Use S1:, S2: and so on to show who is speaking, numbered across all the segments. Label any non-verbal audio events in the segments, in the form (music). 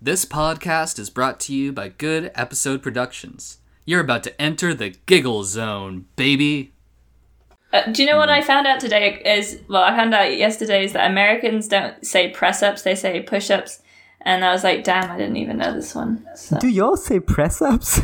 S1: This podcast is brought to you by Good Episode Productions. You're about to enter the giggle zone, baby.
S2: Uh, do you know
S3: Hmm.
S2: what I found out today is well, I found out yesterday is that Americans don't say press ups; they say push ups. And I was like, damn, I didn't even know this one. So.
S3: Do y'all say press ups?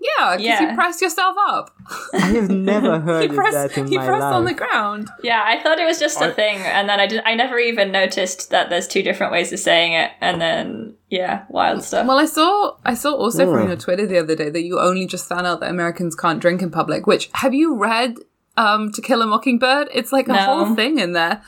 S4: Yeah, because
S2: Yeah.
S4: you pressed yourself up.
S3: (laughs)
S4: (laughs)
S3: I have never heard
S4: He
S3: of
S4: pressed,
S3: that in
S4: he
S3: my
S4: pressed
S3: life.
S4: on the ground.
S2: Yeah, I thought it was just a
S5: I-
S2: thing, and then I didn't. I never even noticed that there's two different ways of saying it. And then yeah, wild stuff.
S4: Well, I saw I saw also
S3: Yeah.
S4: from your Twitter the other day that you only just found out that Americans can't drink in public. Which have you read? Um, to Kill a Mockingbird. It's like a
S2: No.
S4: whole thing in there.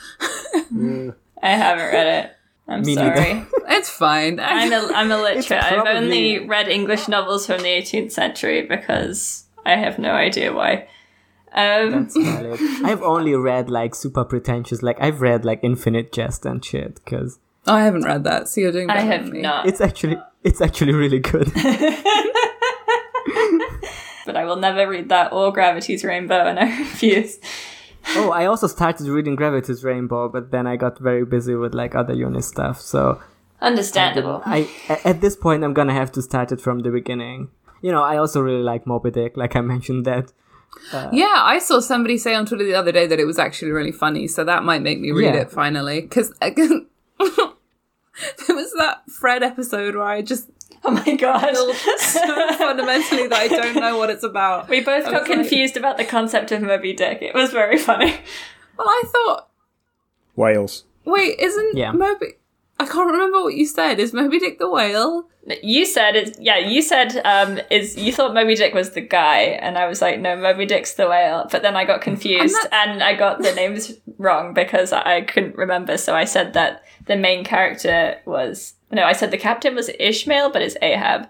S2: I haven't read it. I'm
S3: Me neither.
S2: sorry. (laughs)
S4: It's fine.
S2: I'm
S4: (laughs)
S2: a, I'm
S3: (laughs)
S2: illiterate. I've
S3: probably-
S2: only read English novels from the 18th century because I have no idea why. Um,
S3: That's valid.
S4: (laughs)
S3: I've only read like super pretentious, like I've read like Infinite Jest and shit because
S4: Oh, I haven't read that, so you're doing.
S2: I
S4: better
S2: have
S4: than me.
S2: not,
S3: it's actually it's actually really
S4: (laughs)
S3: good.
S2: but I will never read that or Gravity's Rainbow, and I (laughs) refuse.
S3: oh, I also started reading Gravity's Rainbow, but then I got very busy with like other unit stuff. So (laughs)
S2: Understandable.
S3: I a- at this point I'm gonna have to start it from the beginning. You know, I also really like Moby Dick, like I mentioned that.
S4: Yeah, I saw somebody say on Twitter the other day that it was actually really funny, so that might make me read
S3: Yeah.
S4: it finally. Because (laughs) there was that Fred episode where I just (laughs)
S2: Oh my god.
S4: feel so fundamentally that I don't know what it's about.
S2: We both got
S4: was like-
S2: confused about the concept of Moby Dick. It was very funny.
S4: Well, I thought,
S5: Whales.
S4: wait, isn't
S3: Yeah.
S4: Moby? I can't remember what you said. Is Moby Dick the whale?
S2: You said it's yeah, you said um is you thought Moby Dick was the guy and I was like, No, Moby Dick's the whale but then I got confused
S4: I'm
S2: and I got the names wrong because I I couldn't remember, so I said that the main character was no, I said the captain was Ishmael, but it's Ahab.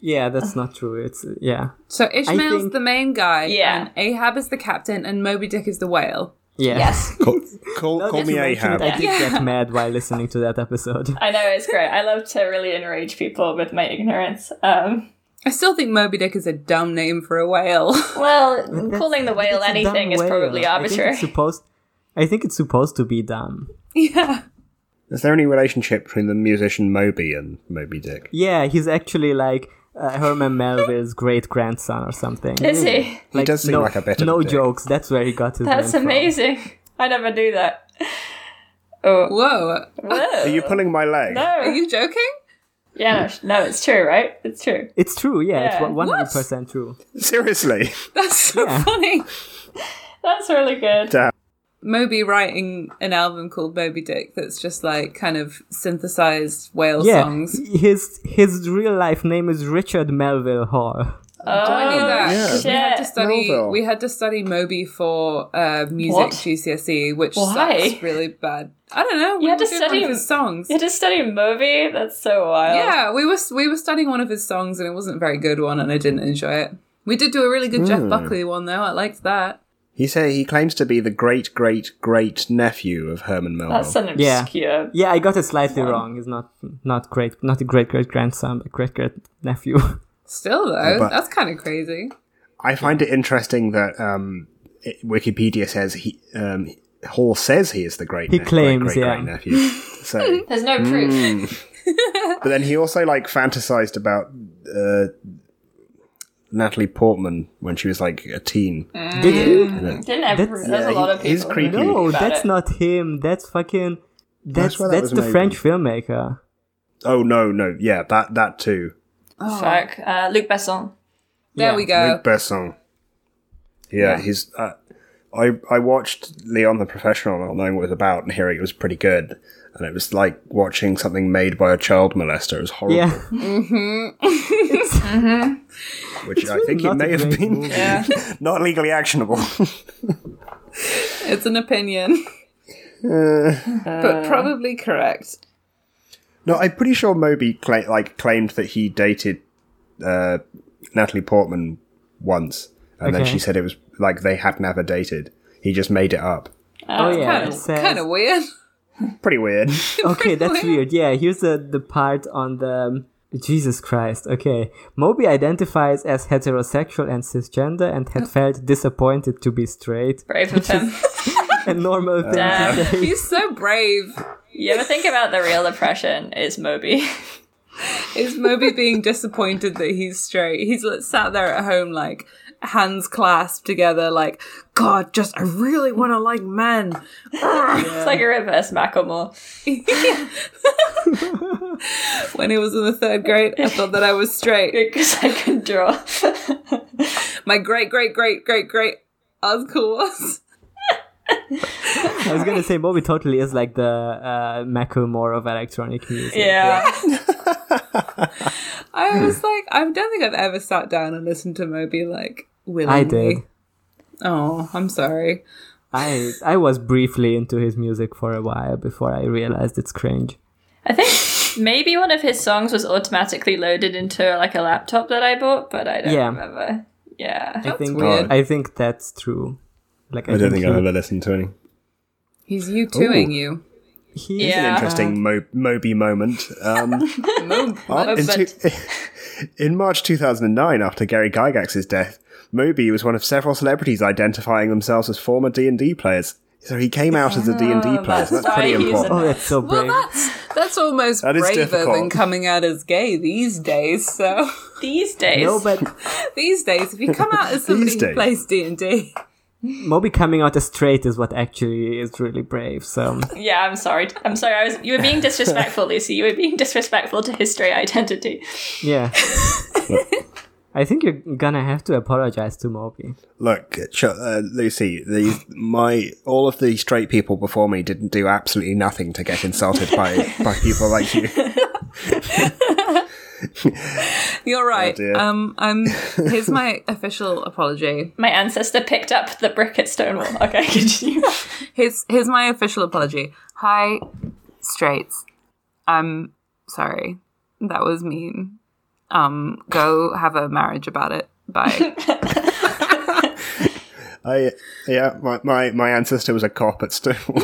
S3: Yeah, that's not true. It's yeah,
S4: So Ishmael's
S3: think-
S4: the main guy,
S2: Yeah.
S4: and Ahab is the captain, and Moby Dick is the whale.
S3: yeah. (laughs)
S2: Yes.
S5: Call, call,
S3: Now
S5: call
S3: that
S5: me
S3: you mention it,
S5: Ahab.
S3: I did get mad while listening to that episode.
S2: I know it's great. I love to really enrage people with my ignorance. Um,
S4: I still think Moby Dick is a dumb name for a whale. (laughs)
S2: well,
S3: That's-
S2: calling the whale
S3: it's a dumb
S2: anything is
S3: whale.
S2: probably
S3: I think
S2: arbitrary.
S3: it's supposed, I think it's supposed to be dumb.
S4: yeah.
S5: Is there any relationship between the musician Moby and Moby Dick?
S3: Yeah, he's actually like uh,
S2: (laughs)
S3: Herman Melville's great grandson or something.
S2: Is he?
S5: He does seem
S3: no,
S5: like a bit of
S3: No
S5: a dick.
S3: jokes. That's where he got his.
S2: That's
S3: name from.
S2: amazing. I never knew that. Oh,
S4: Whoa.
S2: whoa.
S5: Are you pulling my leg?
S4: Are
S2: no.
S4: you joking?
S2: Yeah, no, sh- no, it's true, right? It's true.
S3: It's true. Yeah,
S2: Yeah.
S3: it's one hundred percent true.
S5: Seriously? (laughs)
S4: That's so
S3: Yeah.
S4: funny.
S2: That's really good.
S5: Damn.
S4: Moby writing an album called Moby Dick that's just like kind of synthesized whale
S3: Yeah,
S4: songs.
S3: his his real life name is Richard Melville Hall.
S2: Oh,
S4: Oh, I knew that. 'cause
S5: Yeah.
S4: We had to
S2: shit.
S4: study.
S5: Melville.
S4: We had to study Moby for uh, music
S2: What?
S4: GCSE, E, which
S2: Why?
S4: sucks really bad. I don't know. We
S2: had
S4: were
S2: to
S4: doing one
S2: study-
S4: of his songs.
S2: You just study movie? That's so wild.
S4: Yeah, we were we were studying one of his songs, and it wasn't a very good one, and I didn't enjoy it. We did do a really good Jeff Buckley one though. I liked that.
S5: He say he claims to be the great great great nephew of Herman Melville.
S2: That's an
S3: Yeah.
S2: obscure.
S3: Yeah, I got it slightly wrong. He's not not great, not a great great grandson, but great great
S2: (laughs)
S3: nephew.
S4: Still though,
S5: but-
S4: that's kind of crazy.
S5: I find it interesting that um, it, Wikipedia says he um, Hall says he is the great
S3: He
S5: ne-
S3: claims,
S5: great, great,
S3: yeah.
S5: great nephew.
S2: (laughs)
S5: So,
S2: There's no proof.
S5: but then he also like fantasized about uh, Natalie Portman when she was like a teen.
S3: Did he?
S5: And it-
S2: Didn't have
S3: That's-
S2: proof.
S3: Yeah,
S2: There's a
S5: he-
S2: lot of people.
S5: he's
S2: who
S5: creepy.
S2: think
S3: No,
S2: about
S3: that's
S2: it.
S3: not him. That's fucking. That's
S5: why
S3: that's,
S5: that was
S3: the
S5: made.
S3: French filmmaker.
S5: oh no, no, yeah, that that too.
S2: Fuck. Uh, Luc Besson.
S4: There
S3: Yeah.
S4: we go.
S5: Luc
S3: Uh,
S5: Besson. Yeah, he's. Uh, I I watched Leon the Professional, not knowing what it was about, and hearing it was pretty good. And it was like watching something made by a child molester. It was horrible. (laughs)
S3: Yeah.
S5: which I think it
S3: not
S5: may
S3: a
S5: have
S3: great
S5: been
S3: movie.
S5: (laughs) not legally actionable. (laughs)
S4: It's an opinion, (laughs) but probably correct.
S5: no, I'm pretty sure Moby cla- like claimed that he dated uh, Natalie Portman once, and then
S3: Okay.
S5: she said it was like they had never dated. He just made it up.
S3: Oh yeah,
S4: Kind
S3: it
S4: of,
S3: says,
S4: kind of weird. (laughs)
S3: (laughs)
S5: Pretty weird.
S3: okay, that's
S4: Really?
S3: weird. Yeah, here's the the part on the um, Jesus Christ. Okay, Moby identifies as heterosexual and cisgender and had felt disappointed to be
S4: (laughs)
S3: straight.
S2: Brave of him.
S3: A normal thing to say.
S4: He's so brave.
S2: (laughs) you ever think about the real oppression is Moby?
S4: Is Moby being disappointed that he's straight? He's like, sat there at home, like hands clasped together, like God. Just I really want to like men. (laughs)
S2: It's like a reverse Macklemore. (laughs)
S4: When he was in the third grade, I thought that I was straight.
S2: Because I can draw. (laughs)
S4: My great, great, great, great, great uncle was.
S3: I was gonna say Moby totally is like the uh, Macklemore of electronic music.
S2: yeah.
S4: I
S3: Hmm.
S4: was like, I don't think I've ever sat down and listened to Moby like willingly.
S3: I did.
S4: Oh, I'm sorry.
S3: I I was briefly into his music for a while before I realized it's cringe.
S2: I think maybe one of his songs was automatically loaded into like a laptop that I bought, but I don't
S3: Yeah.
S2: remember. Yeah.
S3: I think
S4: weird.
S3: I think that's true. Like I,
S5: I don't think I've
S3: he,
S5: ever listened to any.
S4: He's you twoing you.
S3: he-
S2: Yeah.
S5: Interesting Mo- Moby moment.
S2: (laughs)
S5: (laughs) Um, uh, in, two- (laughs) in March 2009, after Gary Gygax's death, Moby was one of several celebrities identifying themselves as former D&D players. So he came out as a D&D
S2: Ah,
S5: player. so
S2: that's
S5: that's pretty
S2: why he's
S5: important.
S3: Oh, that's so
S4: Well,
S3: brave.
S4: that's that's almost
S5: That is
S4: braver
S5: difficult.
S4: than coming out as gay these days. So (laughs)
S2: These days.
S3: no, but
S4: these days, if you come out as somebody
S5: (laughs) These
S4: who
S5: days.
S4: plays D and D, (laughs)
S3: Moby coming out as straight is what actually is really brave. So
S2: Yeah, I'm sorry. I'm sorry. I was. You were being disrespectful, Lucy. You were being disrespectful to his straight identity.
S4: (laughs)
S3: yeah. I think you're gonna have to apologize to Moby.
S5: Look, Ch- uh, Lucy, the, my all of the straight people before me didn't do absolutely nothing to get insulted by, by people like you.
S4: you're right.
S5: Oh, dear.
S4: um, I'm here's
S5: (laughs)
S4: my official apology.
S2: My ancestor picked up the brick at Stonewall. Okay, (laughs) continue.
S4: Here's here's my official apology. Hi, straights. I'm sorry. That was mean. Um, go have a marriage about it.
S5: (laughs)
S4: Bye.
S5: I yeah, my, my, my ancestor was a cop
S2: (laughs)
S5: at Stonewall.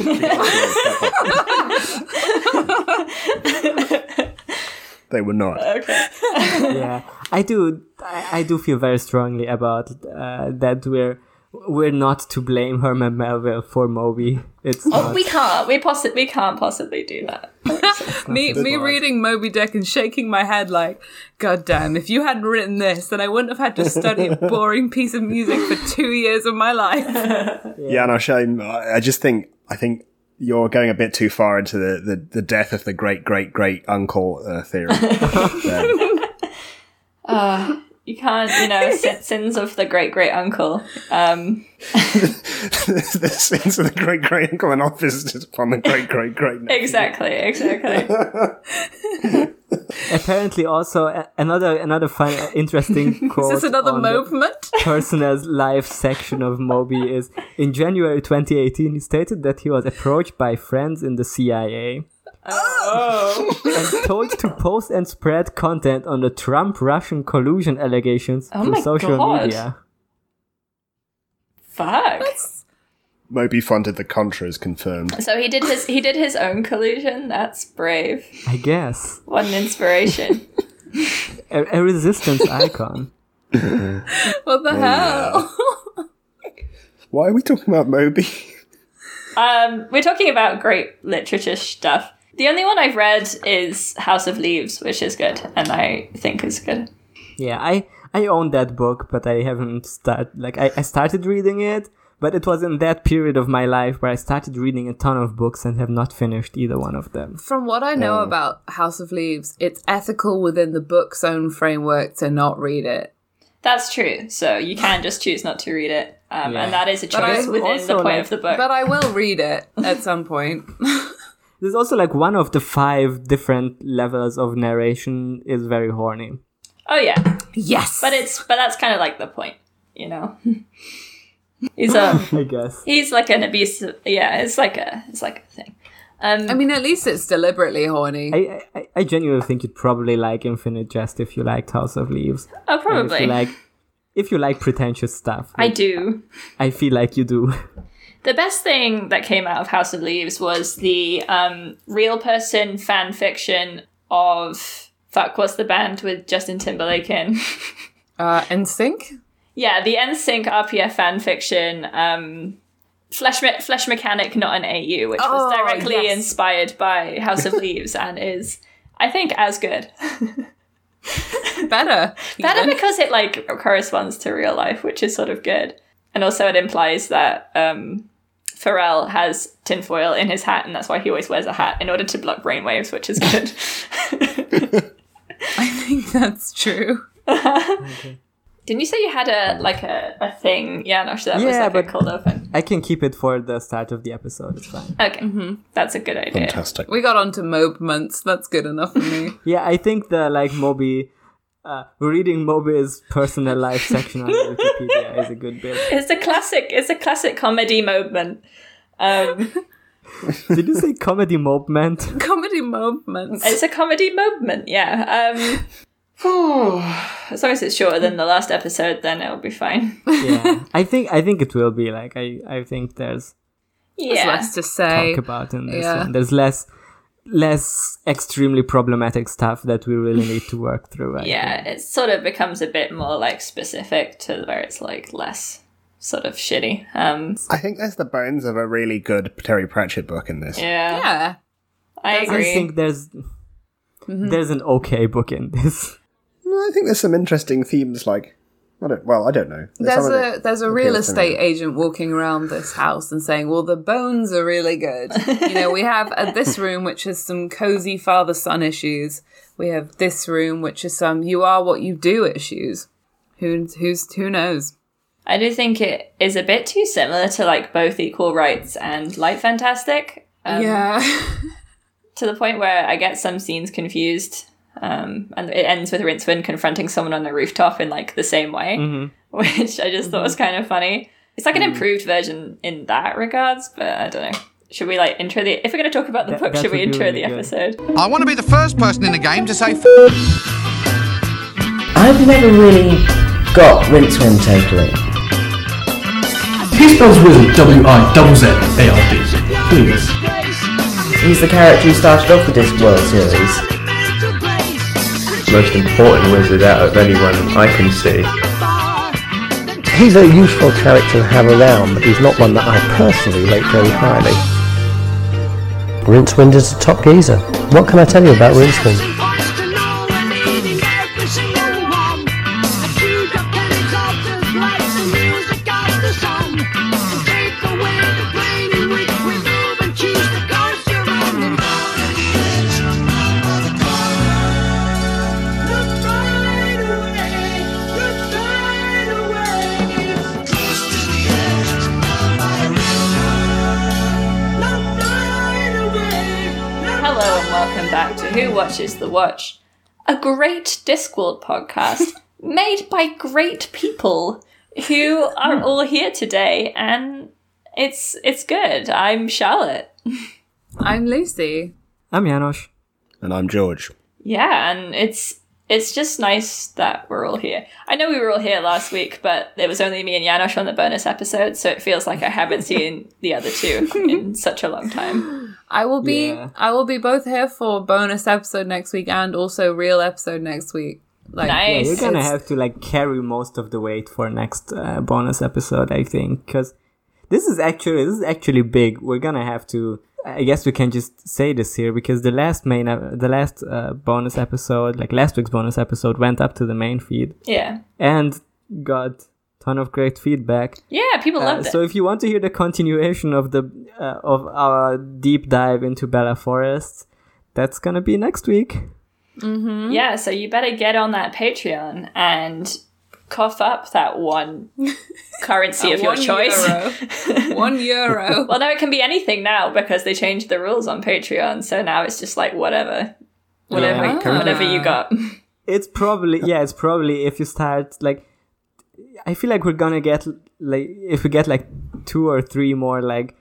S5: they were not.
S3: yeah i do I, I do feel very strongly about uh, that we're we're not to blame herman melville for moby it's
S2: Oh,
S3: not
S2: we can't. We possi- We can't possibly do that.
S4: me me reading Moby Dick and shaking my head like, God damn, if you hadn't written this, then I wouldn't have had to study a boring piece of music for two years of my life.
S5: Yeah, no shame. I, I just think I think you're going a bit too far into the, the, the death of the great great great uncle uh,
S2: (laughs)
S5: theory. (laughs) There.
S2: You can't. You know,
S3: (laughs)
S2: sin- sins of the great great uncle. Um,
S5: the sins of the great great uncle and office is upon the great great great.
S2: exactly. Exactly.
S3: apparently also a- another another fun interesting quote
S4: (laughs) Is this another
S3: on the
S4: movement?
S3: personal life section of moby is in january 2018 he stated that he was approached by friends in the cia
S2: Oh.
S3: and told to post and spread content on the trump russian collusion allegations
S2: Oh my
S3: through social
S2: God.
S3: media
S2: Fuck.
S5: Moby funded the Contras confirmed.
S2: So he did his. He did his own collusion. That's brave.
S3: i guess
S2: What an inspiration.
S3: a, a
S2: (laughs)
S3: resistance icon.
S4: What the hell?
S5: Why are we talking about Moby?
S2: Um, we're talking about great literature stuff. The only one I've read is House of Leaves, which is good, and I think is good.
S3: Yeah, I I own that book, but I haven't start like I, I started reading it, but it was in that period of my life where I started reading a ton of books and have not finished either one of them.
S4: From what I know about House of Leaves, it's ethical within the book's own framework to not read it.
S2: That's true. So you can just choose not to read it, um,
S3: Yeah.
S2: and that is a
S4: I
S2: choice within
S3: also
S2: the point
S3: like-
S2: of the book.
S4: But I will read it (laughs) at some point.
S3: There's also like one of the five different levels of narration is very horny.
S2: oh yeah,
S4: yes.
S2: but it's but that's kind of like the point, you know. (laughs) he's a
S3: I guess.
S2: he's like an abusive. Yeah, it's like a it's like a thing. Um,
S4: I mean, at least it's deliberately horny.
S3: I, I- I I genuinely think you'd probably like Infinite Jest if you liked House of Leaves.
S2: oh,
S3: And If
S2: probably
S3: you like if you like pretentious stuff.
S2: I do.
S3: I feel like you do. (laughs)
S2: The best thing that came out of House of Leaves was the um, real person fan fiction of fuck what's the band with Justin Timberlake in? (laughs)
S4: Uh, and sync?
S2: yeah, the NSYNC RPF fan fiction. Um, Flesh, Me- Flesh Mechanic, not an AU, which was
S4: Oh,
S2: directly
S4: yes.
S2: inspired by House of Leaves and is, I think, as good.
S4: (laughs) Better.
S2: Better
S4: even.
S2: because it like corresponds to real life, which is sort of good. And also it implies that um Pharrell has tinfoil in his hat and that's why he always wears a hat in order to block brainwaves, which is
S3: (laughs)
S2: good.
S4: I think that's true.
S2: Didn't you say you had a like a, a thing? Yeah, no, that was
S3: Yeah,
S2: like
S3: but-
S2: a cold open.
S3: I can keep it for the start of the episode. It's fine.
S2: Okay. That's a good idea.
S5: Fantastic.
S4: We got onto Mob months. That's good enough for me. (laughs)
S3: Yeah, I think the like Moby, uh, reading Moby's personal life section
S2: (laughs)
S3: on Wikipedia is a good bit.
S2: It's a classic it's a classic comedy moment.
S3: (laughs)
S2: Um
S3: Did you say comedy
S2: (laughs)
S3: moment?
S4: Comedy Mob months.
S2: It's a comedy moment, yeah. Um, (sighs) phew. as long as it's shorter than the last episode, then it'll be fine.
S3: yeah, I think I think it will be like I I think there's
S4: There's
S2: Yeah.
S4: less to say.
S3: talk about in this
S4: yeah.
S3: one. There's less less extremely problematic stuff that we really need to work through.
S2: (laughs)
S3: I
S2: Yeah, it sort of becomes a bit more like specific to where it's like less sort of shitty. Um,
S5: I think there's the bones of a really good Terry Pratchett book in this.
S2: yeah,
S4: Yeah.
S2: I
S3: think. I
S2: agree. Mm-hmm.
S3: think there's there's an okay book in this.
S5: No, I think there's some interesting themes like I don't well, I don't know.
S4: There's
S5: some of
S4: a
S5: it-
S4: there's a real
S5: appeals to me.
S4: estate agent walking around this house and saying, "Well, the bones are really good. You know, we have uh, this room which has some cozy father son issues. We have this room which is some you are what you do issues. Who who's who knows?
S2: I do think it is a bit too similar to like both Equal Rights and Light Fantastic. Um,
S4: yeah, (laughs)
S2: To the point where I get some scenes confused. Um, and it ends with Rincewind confronting someone on the rooftop in like the same way.
S3: hmm
S2: (laughs) which I just thought was
S3: Mm-hmm.
S2: kind of funny. It's
S3: Mm.
S2: like an improved version in that regards, but I don't know. Should we like intro the? If we're going to talk about the
S3: That-
S2: book,
S3: that
S2: should we
S3: would be
S2: intro
S3: really
S2: the
S3: good.
S2: episode?
S6: I want to be the first person in the game to say f-
S7: I've never really got Rincewind totally.
S8: Who spells wizard? W I double Z A R D. Please.
S7: He's the character who started off the Discworld series.
S9: most important wizard out of anyone I can see.
S10: (laughs) He's a useful character to have around, but he's not one that I personally rate very highly. Rincewind is a top geezer. What can I tell you about Rincewind?
S2: Hello and welcome back to Who Watches the Watch, a great Discworld podcast made by great people who are all here today, and it's it's good. I'm Charlotte.
S4: I'm Lucy.
S3: I'm Janosch.
S5: And I'm George.
S2: Yeah, and it's it's just nice that we're all here. I know we were all here last week, but it was only me and Janosch on the bonus episode, so it feels like I haven't seen the other two in such a long time.
S4: I will be
S3: Yeah.
S4: I will be both here for bonus episode next week and also real episode next week. Like
S3: Yeah, you're
S2: Nice.
S3: gonna
S4: It's-
S3: have to like carry most of the weight for next uh, bonus episode, I think, because this is actually this is actually big. We're gonna have to. I guess we can just say this here because the last main, ep- the last uh, bonus episode, like last week's bonus episode, went up to the main feed
S2: yeah.
S3: and got ton of great feedback.
S2: Yeah, people
S3: Uh,
S2: loved it.
S3: so if you want to hear the continuation of the uh, of our deep dive into Bella Forest, that's gonna be next week.
S2: Yeah, so you better get on that Patreon and cough up that
S4: (laughs)
S2: one currency of your
S4: one
S2: choice.
S4: euro. one euro.
S2: (laughs) Well, no, it can be anything now because they changed the rules on Patreon, so now it's just like whatever. Whatever,
S3: Yeah,
S4: Ah.
S5: correct.
S2: whatever you got.
S4: Hmm.
S3: it's probably yeah it's probably if you start like i feel like we're gonna get like if we get like two or three more like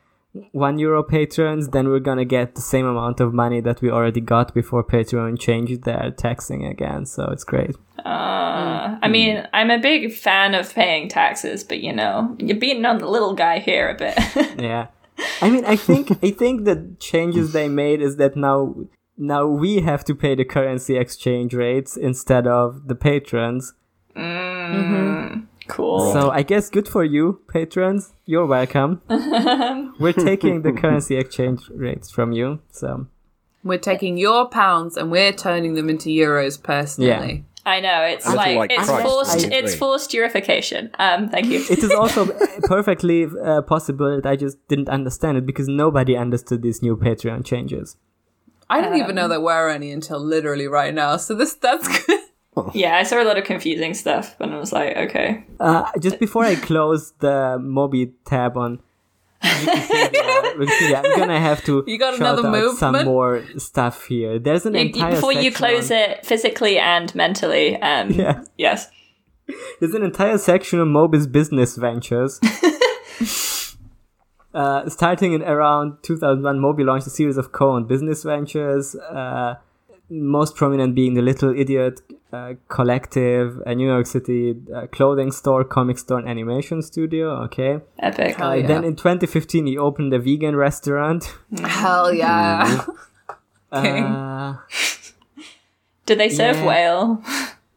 S3: one euro patrons then we're gonna get the same amount of money that we already got before patreon changed their taxing again so it's great
S2: Uh, I mean, I'm a big fan of paying taxes, but you know, you're beating on the little guy here a bit. (laughs)
S3: yeah i mean i think i think the changes they made is that now now we have to pay the currency exchange rates instead of the patrons
S2: cool.
S3: So I guess good for you, patrons.
S2: (laughs)
S3: You're welcome. We're taking the currency exchange rates from you. So
S4: We're taking your pounds and we're turning them into euros personally.
S2: I know it's
S5: Little
S2: like,
S5: like
S2: it's
S5: Christ,
S2: forced.
S5: I agree.
S2: It's forced purification. Um, thank you.
S3: (laughs) it is
S2: (laughs)
S3: also perfectly uh, possible that I just didn't understand it because nobody understood these new Patreon changes.
S4: I didn't even know there were any until literally right now. So this that's (laughs) good.
S2: yeah, I saw a lot of confusing stuff, but I was like, okay,
S3: Uh, just before I close the Moby tab on Wikipedia, Wikipedia, I'm gonna have
S2: (laughs)
S3: to
S4: You got
S3: shout
S4: another
S3: out some
S4: movement?
S3: more stuff here. There's an
S2: You- you-
S3: entire
S2: before you
S3: section
S2: close
S3: on-
S2: it physically and mentally. Um,
S3: Yeah.
S2: Yes.
S3: There's an entire section on Moby's business ventures. uh, starting in around 2001, Moby launched a series of co-owned business ventures. Uh, most prominent being the Little Idiot uh, Collective, a New York City uh, clothing store, comic store, and animation studio. Okay.
S2: Epic.
S4: Hell yeah.
S3: Then in 2015, he opened a vegan restaurant.
S4: Hell yeah. Okay.
S3: Uh,
S2: Do they serve
S3: Yeah.
S2: whale?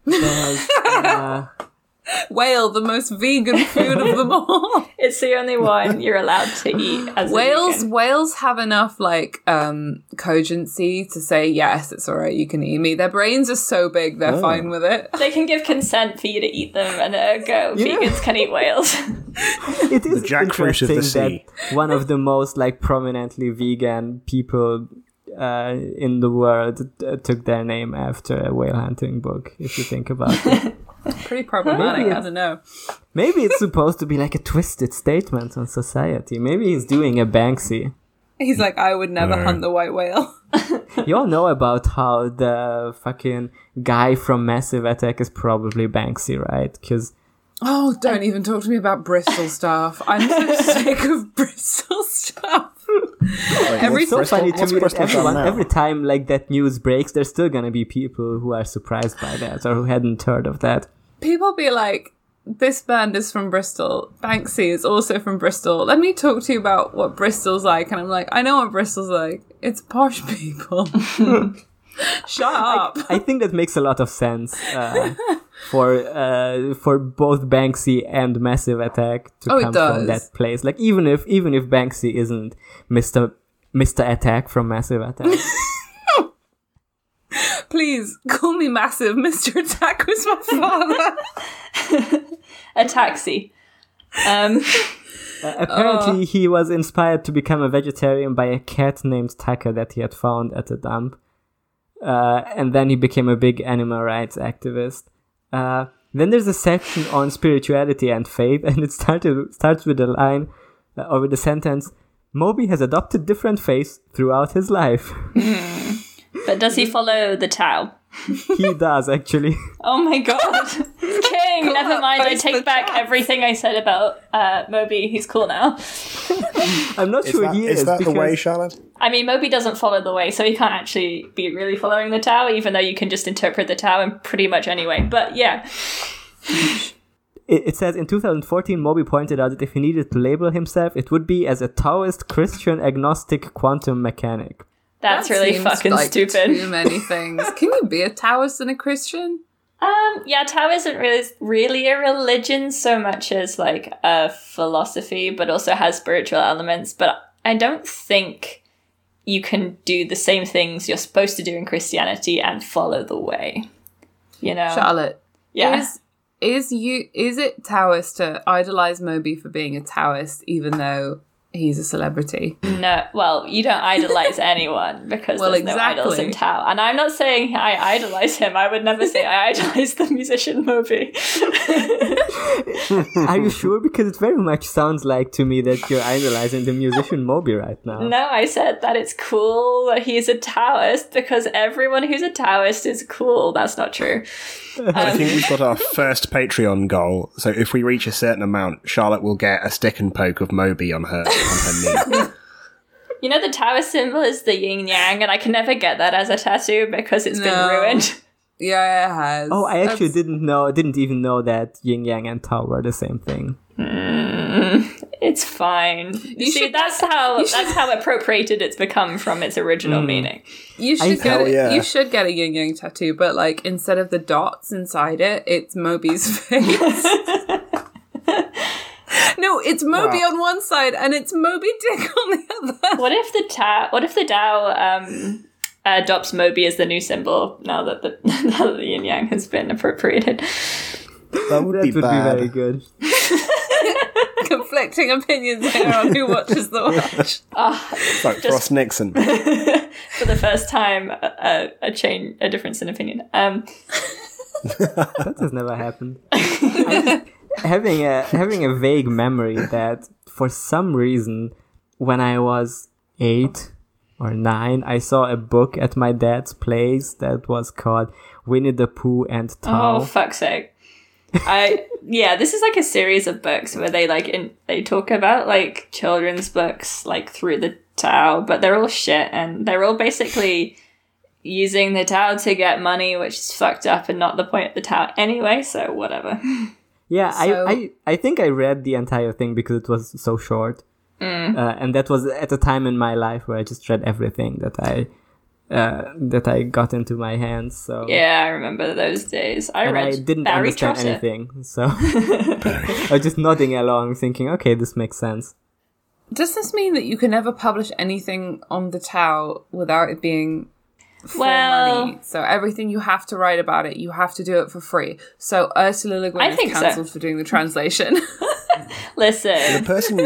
S3: there's, uh,
S4: (laughs) Whale, the most vegan food of them (laughs) all.
S2: It's the
S3: (laughs)
S2: only one you're allowed to eat as a
S4: Whales
S2: vegan.
S4: whales have enough like um cogency to say yes, it's alright, you can eat me. Their brains are so big they're fine with it. (laughs)
S2: They can give consent for you to eat them, and uh, go. Vegans can eat whales. (laughs)
S3: it is
S5: jackfruit of the
S3: interesting
S5: sea.
S3: that one of the most like prominently vegan people uh, in the world uh, took their name after a whale hunting book. If you think about
S5: (laughs)
S3: it,
S4: Pretty problematic, I don't know.
S3: maybe it's supposed to be like a twisted statement on society. Maybe he's doing a Banksy.
S4: He's like, I would never hunt the white whale.
S3: You all know about how the fucking guy from Massive Attack is probably Banksy, right? Because
S4: Oh, don't even talk to me
S2: (laughs)
S4: about Bristol staff. I'm so sick of (laughs) Bristol staff. Every
S3: it's so
S5: Bristol-
S3: funny to
S5: what's
S3: me that
S5: Bristol done
S3: everyone,
S5: now?
S3: every time like that news breaks, there's still gonna be people who are surprised by that or who hadn't heard of that.
S4: people be like, this band is from Bristol. Banksy is also from Bristol. Let me talk to you about what Bristol's like. And I'm like, I know what Bristol's like. It's posh
S2: (laughs)
S4: people. Shut up.
S3: I think that makes a lot of sense
S4: (laughs)
S3: uh, for uh, for both Banksy and Massive Attack to
S4: Oh, it
S3: come from
S4: does.
S3: that place. Like even if even if Banksy isn't Mister Mister Attack from Massive Attack,
S4: Please call me massive. (laughs) Mr. Attack was my father.
S2: a taxi. Um,
S5: Oh.
S3: apparently he was inspired to become a vegetarian by a cat named Tucker that he had found at a dump, uh, and then he became a big animal rights activist. Uh, then there's a section on spirituality and faith, (laughs) and it started starts with a line uh, or with a sentence. Moby has adopted different faiths throughout his life. (laughs)
S2: but does he follow the Tao?
S3: he does actually. (laughs)
S2: Oh my god. King, never mind. I
S4: post
S2: take
S4: the
S2: back
S4: chat.
S2: everything I said about uh, Moby. He's cool now.
S3: I'm not
S5: Is
S3: sure
S5: that,
S3: he is.
S5: is that the
S3: because
S5: way, Charlotte?
S2: I mean, Moby doesn't follow the way, so he can't actually be really following the Tao, even though you can just interpret the Tao in pretty much any way. But yeah,
S3: It, it says in 2014, Moby pointed out that if he needed to label himself, it would be as a Taoist, Christian, agnostic, quantum mechanic.
S2: that's
S4: That
S2: really
S4: seems
S2: fucking
S4: like Too
S2: stupid.
S4: many things. Can you be a Taoist and a Christian?
S2: Um, yeah, Tao isn't really really a religion so much as like a philosophy, but also has spiritual elements. But I don't think you can do the same things you're supposed to do in Christianity and follow the way. You know?
S4: Charlotte.
S2: yeah.
S4: Is is you is it Taoist to idolize Moby for being a Taoist, even though he's a celebrity?
S2: No, well, you don't
S4: (laughs)
S2: idolize anyone because
S4: Well,
S2: there's no idols in
S4: exactly.
S2: Tao. And I'm not saying I idolize him. I would never say
S4: (laughs)
S2: I idolize the musician Moby.
S5: Hmm.
S3: Are you sure? Because it very much sounds like to me that you're idolizing the musician Moby right now.
S2: no, I said that it's cool that he's a Taoist because everyone who's a Taoist is cool. That's not true.
S5: I think we've got our first Patreon goal. So if we reach a certain amount, Charlotte will get a stick and poke of Moby on her on her knee.
S2: You know, the Taoist symbol is the yin yang, and I can never get that as a tattoo because it's been
S4: No.
S2: ruined.
S4: Yeah, it has.
S3: Oh, I actually
S4: That's-
S3: didn't know, didn't even know that yin yang and tao were the same thing.
S2: It's fine. You see,
S4: should-
S2: that's how
S4: should- Hmm.
S2: that's how appropriated it's become from its original meaning.
S4: You should
S3: think-
S4: get
S5: Hell
S4: a,
S5: yeah.
S4: you should get a yin yang tattoo, but like instead of the dots inside it, it's Moby's (laughs) face. no, it's Moby on one side and it's Moby Dick on the other. (laughs)
S2: What if the ta- What if the Tao um, adopts Moby as the new symbol now that the (laughs) now that the yin yang has been appropriated.
S5: That would
S3: That
S5: be
S3: would
S5: bad.
S3: be very good.
S4: Conflicting opinions here on who watches
S5: (laughs)
S4: the watch.
S5: It's like Frost Nixon. It
S2: For the first time, a, a change, a difference in opinion. Um,
S3: That has never happened. (laughs) I'm having a having a vague memory that for some reason when I was eight or nine, I saw a book at my dad's place that was called Winnie the Pooh and
S2: oh
S3: Tom.
S2: fuck's sake! I yeah, this is like a series of books where they like in, they talk about like children's books like through the Tao, but they're all shit and they're all basically using the Tao to get money, which is fucked up and not the point of the Tao anyway. So whatever. (laughs)
S3: yeah,
S4: So-
S3: I, I I think I read the entire thing because it was so short, uh, and that was at a time in my life where I just read everything that I. Uh, that I got into my hands, so
S2: Yeah, I remember those days. I
S3: and
S2: read
S3: I didn't
S2: Barry
S3: understand
S2: Trotter.
S3: anything. So (laughs) I was just nodding along, thinking, "Okay, this makes sense."
S4: Does this mean that you can never publish anything on the Tao without it being for
S2: Well-
S4: money? So everything you have to write about it, you have to do it for free. So Ursula Le Guin
S2: I
S4: is
S2: think so.
S4: cancelled for doing
S2: (laughs)
S4: the translation.
S2: Listen,
S5: person,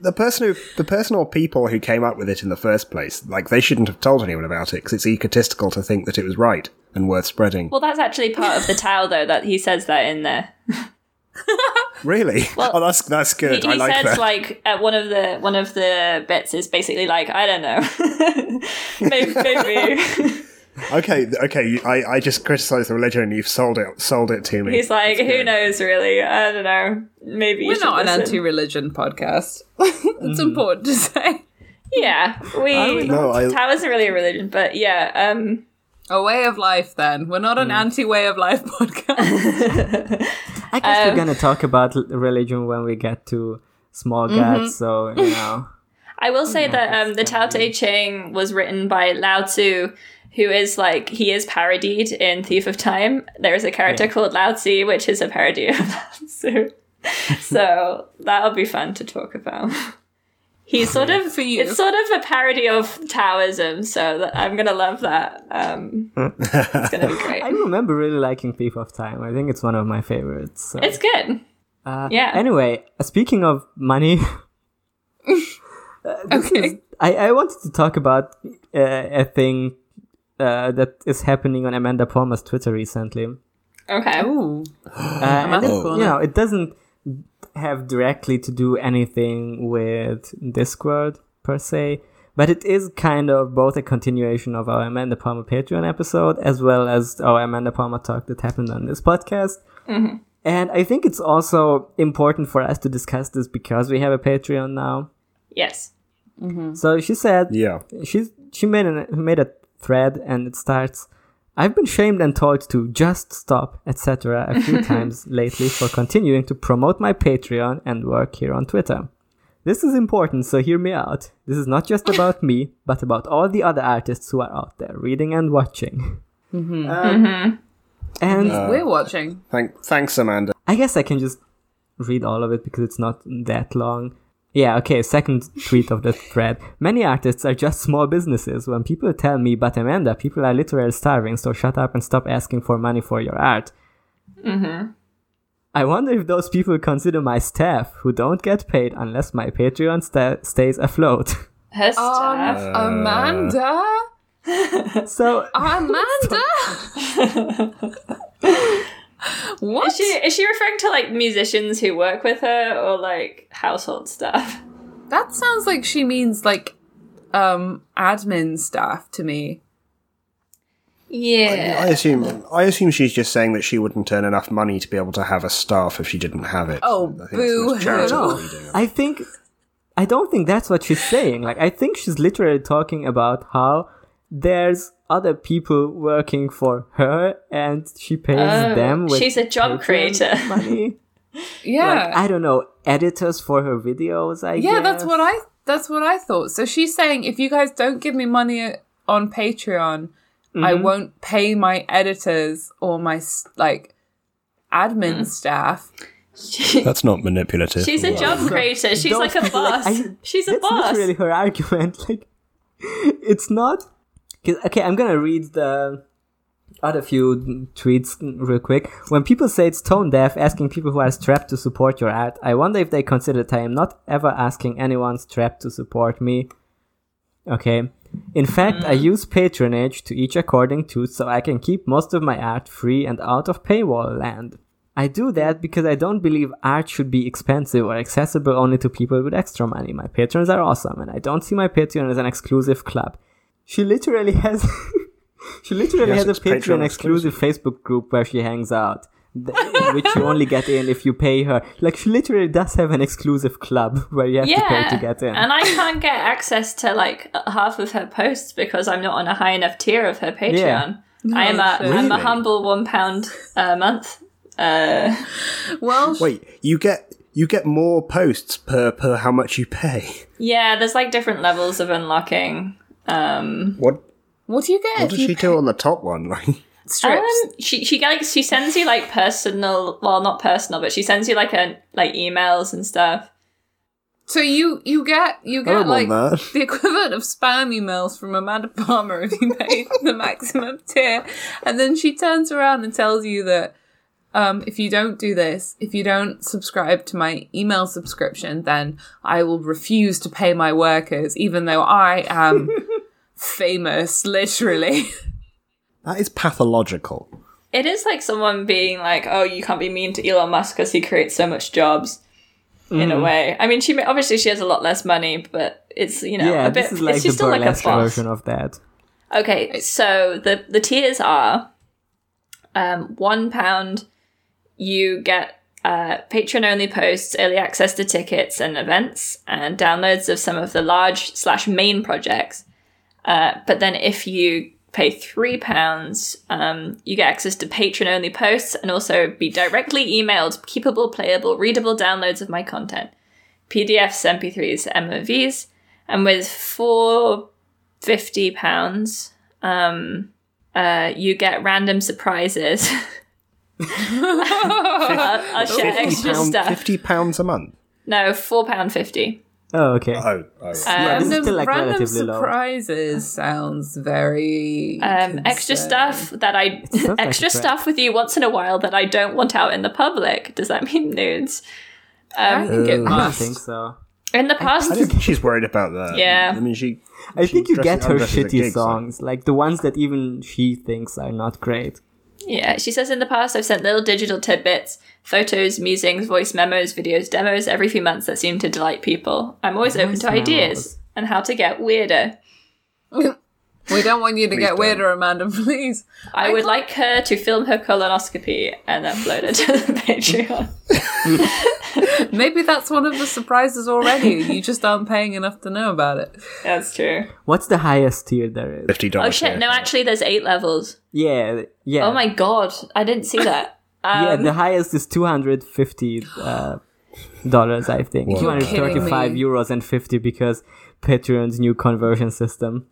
S5: the person who, the person or people who came up with it in the first place, like they shouldn't have told anyone about it because it's egotistical to think that it was right and worth spreading.
S2: well, that's actually part of the Tao, though, that he says that in there.
S5: really?
S2: well,
S5: (laughs) oh, that's that's
S2: He,
S5: (laughs) good.
S2: he
S5: I like
S2: says
S5: that.
S2: like at one of the one of the bits is basically like I don't know, (laughs)
S5: (laughs)
S2: maybe, maybe.
S5: okay, th- okay. you- I, I just criticised the religion and you've sold it sold it to me.
S2: he's like who knows really I don't know maybe you
S4: (laughs) We're
S2: should
S4: not an
S2: listen."
S4: anti-religion podcast. (laughs) It's important to say.
S2: yeah we
S5: No, I-
S2: Tao isn't really a religion but yeah um
S4: A way of life, then. We're not an anti-way of life podcast.
S2: (laughs)
S3: I guess
S2: Um,
S3: we're gonna talk about l- religion when we get to small
S2: Mm-hmm.
S3: gods. So you know,
S2: I will say that um, the Tao Te Ching was written by Lao Tzu, who is like he is parodied in Thief of Time. There is a character called Lao Tzu, which is a parody of (laughs) Lao Tzu. so that'll be fun to talk about. (laughs) He's sort of
S4: (laughs) For you.
S2: it's sort of a parody of Taoism, so that, I'm gonna love that. Um, it's gonna (laughs) be great.
S3: I remember really liking Thief of Time. I think it's one of my favorites. So.
S2: It's good.
S3: Uh,
S2: yeah.
S3: Anyway, speaking of money, (laughs)
S4: okay.
S3: I, I wanted to talk about uh, a thing uh, that is happening on Amanda Palmer's Twitter recently.
S2: Okay.
S4: (gasps) Ooh.
S3: Uh, and it,
S4: up on
S3: you
S4: it.
S3: know, it doesn't have directly to do anything with Discord per se, but it is kind of both a continuation of our Amanda Palmer Patreon episode as well as our Amanda Palmer talk that happened on this podcast. And I think it's also important for us to discuss this because we have a Patreon now.
S2: Yes.
S3: So she said,
S5: Yeah.
S3: she's she made an, made a thread and it starts I've been shamed and told to just stop, etc., a few times lately for continuing to promote my Patreon and work here on Twitter. This is important, so hear me out. This is not just about me, but about all the other artists who are out there reading and watching. Um, And
S4: We're watching.
S5: Thank, thanks, Amanda.
S3: I guess I can just read all of it because it's not that long. Yeah, okay, second tweet of the thread. Many artists are just small businesses. When people tell me, but Amanda, people are literally starving, so shut up and stop asking for money for your art. I wonder if those people consider my staff, who don't get paid unless my Patreon sta- stays afloat. (laughs)
S2: Her
S4: Um,
S2: staff.
S4: Amanda?
S3: so,
S4: (laughs) Amanda? what?
S2: Is she is she referring to like musicians who work with her or like household staff?
S4: That sounds like she means like um admin staff to me.
S2: Yeah.
S5: I assume I assume she's just saying that she wouldn't earn enough money to be able to have a staff if she didn't have it.
S4: Oh,
S5: I think it's the most
S4: boo.
S5: charitable
S4: No.
S5: reading of-
S3: I think I don't think that's what she's saying. Like I think she's literally talking about how there's other people working for her and she pays
S2: Oh,
S3: them with
S2: she's a job
S3: Patreon (laughs)
S2: creator.
S3: money.
S4: Yeah.
S3: Like I don't know, editors for her videos, I
S4: yeah, that's
S3: guess.
S4: what I that's what I thought. So she's saying if you guys don't give me money on Patreon, I
S5: Mm-hmm.
S4: won't pay my editors or my s- like admin
S5: Mm.
S4: staff.
S5: (laughs) That's not manipulative.
S2: She's a job creator. She's like a
S3: Those-
S2: boss.
S3: I-
S2: She's a
S3: that's
S2: boss.
S3: (laughs) literally her argument. Like, it's not. 'Cause- okay, I'm gonna read the other few tweets real quick. When people say it's tone deaf, asking people who are strapped to support your art, I wonder if they consider that I am not ever asking anyone strapped to support me. Okay. In fact,
S2: Mm.
S3: I use patronage to each according to so I can keep most of my art free and out of paywall land. I do that because I don't believe art should be expensive or accessible only to people with extra money. My patrons are awesome and I don't see my Patreon as an exclusive club. She literally has (laughs) She literally has
S5: Yes,
S3: a
S5: it's Patreon
S3: Patreon exclusive Facebook group where she hangs out. th- which you only get in if you pay her. Like she literally does have an exclusive club where you have to pay to get in.
S2: and I can't get access to like half of her posts because I'm not on a high enough tier of her Patreon.
S3: Yeah.
S2: I am a
S5: Really?
S2: am a humble one pound a month. Uh,
S4: Well,
S5: Wait, you get you get more posts per per how much you pay. (laughs)
S2: yeah, there's like different levels of unlocking. Um,
S5: What
S4: what do you get?
S5: what
S4: if
S5: does
S4: you
S5: she do on the top one? (laughs) Like
S4: strips?
S2: Um, she she like she sends you like personal, well not personal, but she sends you like a like emails and stuff.
S4: So you you get you
S5: I
S4: get
S5: don't
S4: like
S5: want that.
S4: the equivalent of spam emails from Amanda Palmer if
S3: (laughs)
S4: you pay the maximum tier, and then she turns around and tells you that um, if you don't do this, if you don't subscribe to my email subscription, then I will refuse to pay my workers, even though I am
S3: (laughs)
S4: famous, literally.
S5: That is pathological.
S2: It is like someone being like, "Oh, you can't be mean to Elon Musk because he creates so much jobs." In
S3: Mm.
S2: a way, I mean, she ma- obviously she has a lot less money, but it's you know
S3: yeah,
S2: a bit.
S3: this is like
S2: it's
S3: the
S2: just still like a
S3: burlesque
S2: boss.
S3: version of that.
S2: Okay, so the the tiers are um, one pound. You get uh, patron only posts, early access to tickets and events, and downloads of some of the large slash main projects. Uh, but then if you pay three pounds, um, you get access to patron only posts and also be directly emailed keepable, playable, readable downloads of my content, PDFs, MP3s, MOVs, and with four 50 pounds um uh you get random
S5: (laughs)
S2: surprises (laughs) I'll, I'll share extra
S5: pound-
S2: stuff
S5: Fifty pounds a month.
S2: no four pound fifty
S3: Oh, okay.
S5: Oh, oh.
S3: yeah, this is
S4: random
S3: still like
S4: random
S3: relatively low.
S4: surprises sounds very
S2: um extra
S4: concerning.
S2: stuff that (laughs) i
S3: sounds like
S2: extra
S3: a threat.
S2: stuff with you once in a while that i don't want out in the public does that (laughs) mean nudes
S4: I think it
S3: Uh, I don't
S4: must.
S3: think so.
S2: in the past
S5: I don't think she's worried about that.
S2: Yeah.
S5: I mean, she.
S3: I
S5: she
S3: think you
S5: dresses-
S3: get her
S5: undresses
S3: shitty
S5: at gigs, so-
S3: songs, like the ones that even she thinks are not great.
S2: Yeah, she says in the past I've sent little digital tidbits, photos, musings, voice memos, videos, demos every few months that seem to delight people. I'm always open to ideas and how to get weirder.
S4: We don't want you to get
S5: don't.
S4: weirder, Amanda, (laughs) please.
S2: I, would like her to film her colonoscopy and upload it to the (laughs) Patreon.
S4: Maybe that's one of the surprises already. You just aren't paying enough to know about it.
S2: That's true.
S3: What's the highest tier there is?
S5: Fifty
S2: Oh
S5: dollars.
S2: shit, no, actually there's eight levels.
S3: Yeah, yeah.
S2: Oh my god, I didn't see (laughs) that. Um,
S3: yeah, the highest is two hundred fifty uh, dollars, I think. Two hundred thirty-five
S4: Kidding me.
S3: euros and fifty because Patreon's new conversion system.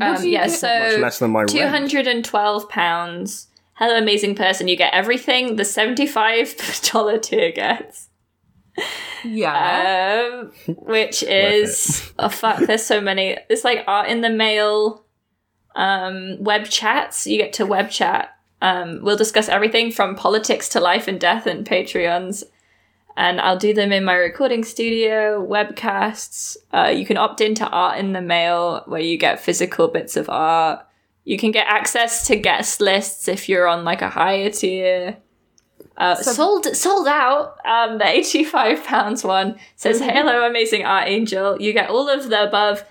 S2: um, yeah,
S5: Much
S2: so
S5: less than my rent.
S2: two hundred and twelve pounds. Hello, amazing person. You get everything the seventy-five (laughs) dollar tier gets.
S4: Yeah.
S2: um, which is oh fuck. There's so many. It's like art in the mail, um, web chats. You get to web chat. Um, we'll discuss everything from politics to life and death and Patreons, and I'll do them in my recording studio. Webcasts. Uh, you can opt into art in the mail, where you get physical bits of art. You can get access to guest lists if you're on like a higher tier. Uh, sold sold out. Um, the eighty five pounds one says,
S3: Mm-hmm.
S2: "Hello, amazing art angel. You get all of the above.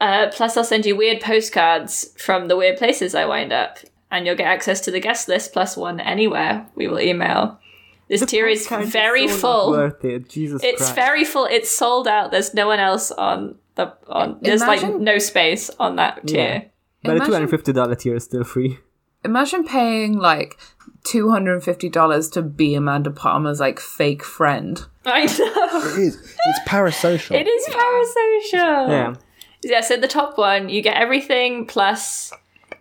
S2: Uh, plus, I'll send you weird postcards from the weird places I wind up, and you'll get access to the guest list plus one anywhere. We will email. This tier is
S3: Kind of
S2: very
S3: so not
S2: full.
S3: Worth it, Jesus
S2: Oh. It's
S3: Christ.
S2: very full. It's sold out. There's no one else on the on. There's like
S4: Imagine-
S2: no space on that tier." (laughs)
S3: Yeah. but the two hundred
S4: Imagine-
S3: fifty dollar tier is still free.
S4: Imagine paying like $250 to be Amanda Palmer's like fake friend.
S2: I know.
S5: It is. It's parasocial.
S2: It is parasocial.
S3: Yeah.
S2: Yeah, so the top one, you get everything plus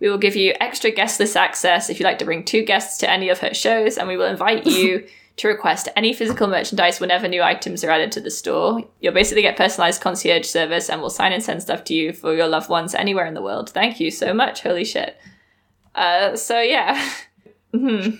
S2: We will give you extra guest list access if you'd like to bring two guests to any of her shows, and we will (laughs) invite you to request any physical merchandise whenever new items are added to the store. You'll basically get personalized concierge service, and we'll sign and send stuff to you for your loved ones anywhere in the world. Thank you so much. Holy shit. Uh, so yeah. (laughs) Mhm.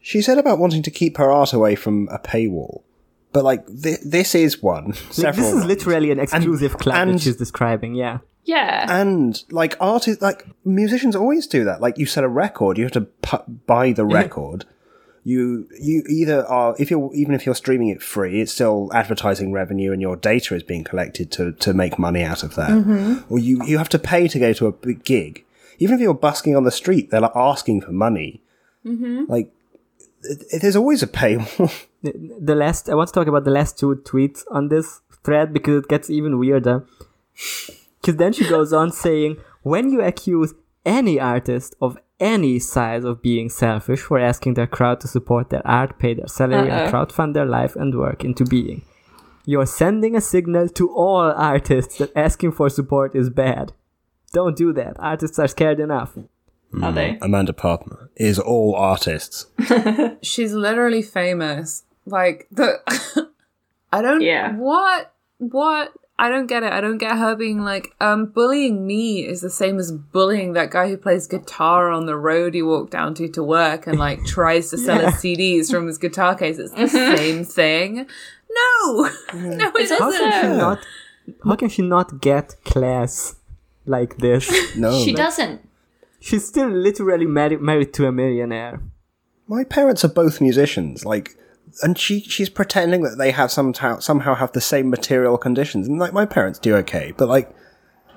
S5: She said about wanting to keep her art away from a paywall, but like th- this is one.
S3: Like,
S5: Several
S3: this is
S5: ones.
S3: literally an exclusive club
S5: and-
S3: that she's describing. Yeah.
S2: Yeah.
S5: and like artists, like musicians always do that. Like you sell a record, you have to pu- buy the record. You you either are if you're even if you're streaming it free, it's still advertising revenue, and your data is being collected to to make money out of that.
S2: Mm-hmm.
S5: Or you you have to pay to go to a big gig. Even if you're busking on the street, they're like asking for money. Mm-hmm. Like it- it- there's always a (laughs) paywall.
S3: the last I want to talk about the last two tweets on this thread because it gets even weirder. Because then she goes on saying, when you accuse any artist of any size of being selfish for asking their crowd to support their art, pay their salary, and crowdfund their life and work into being, you're sending a signal to all artists that asking for support is bad. Don't do that. Artists are scared enough.
S2: Are they?
S5: Amanda Partner is all artists.
S4: She's literally famous. Like the (laughs) I don't
S2: Yeah.
S4: what what I don't get it. I don't get her being like, um, bullying me is the same as bullying that guy who plays guitar on the road he walked down to to work and like tries to sell his CDs from his guitar case. It's the same thing. No, (laughs) no, it
S2: It's also-
S4: doesn't.
S3: How Not, how can she not get class like this?
S5: Oh, No,
S2: (laughs) She doesn't.
S3: She's still literally married, married to a millionaire.
S5: my parents are both musicians like and she she's pretending that they have somehow somehow have the same material conditions and like my parents do okay but like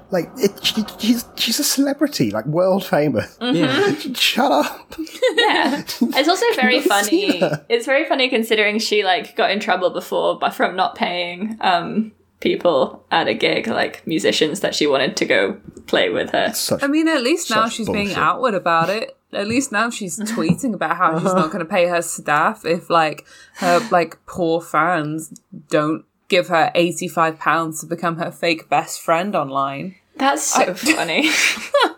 S5: like it, she, she's she's a celebrity like world famous
S3: Yeah.
S5: (laughs) shut up
S2: Yeah. It's also very funny.
S5: that.
S2: It's very funny considering she like got in trouble before but from not paying um people at a gig, like musicians that she wanted to go play with her.
S5: such
S4: I mean, at least now
S5: Such
S4: she's being
S5: bullshit.
S4: outward about it. At least now
S5: (laughs)
S4: she's tweeting about how she's not going to pay her staff if like her like poor fans don't give her 85 pounds to become her fake best friend online.
S2: That's so funny. (laughs)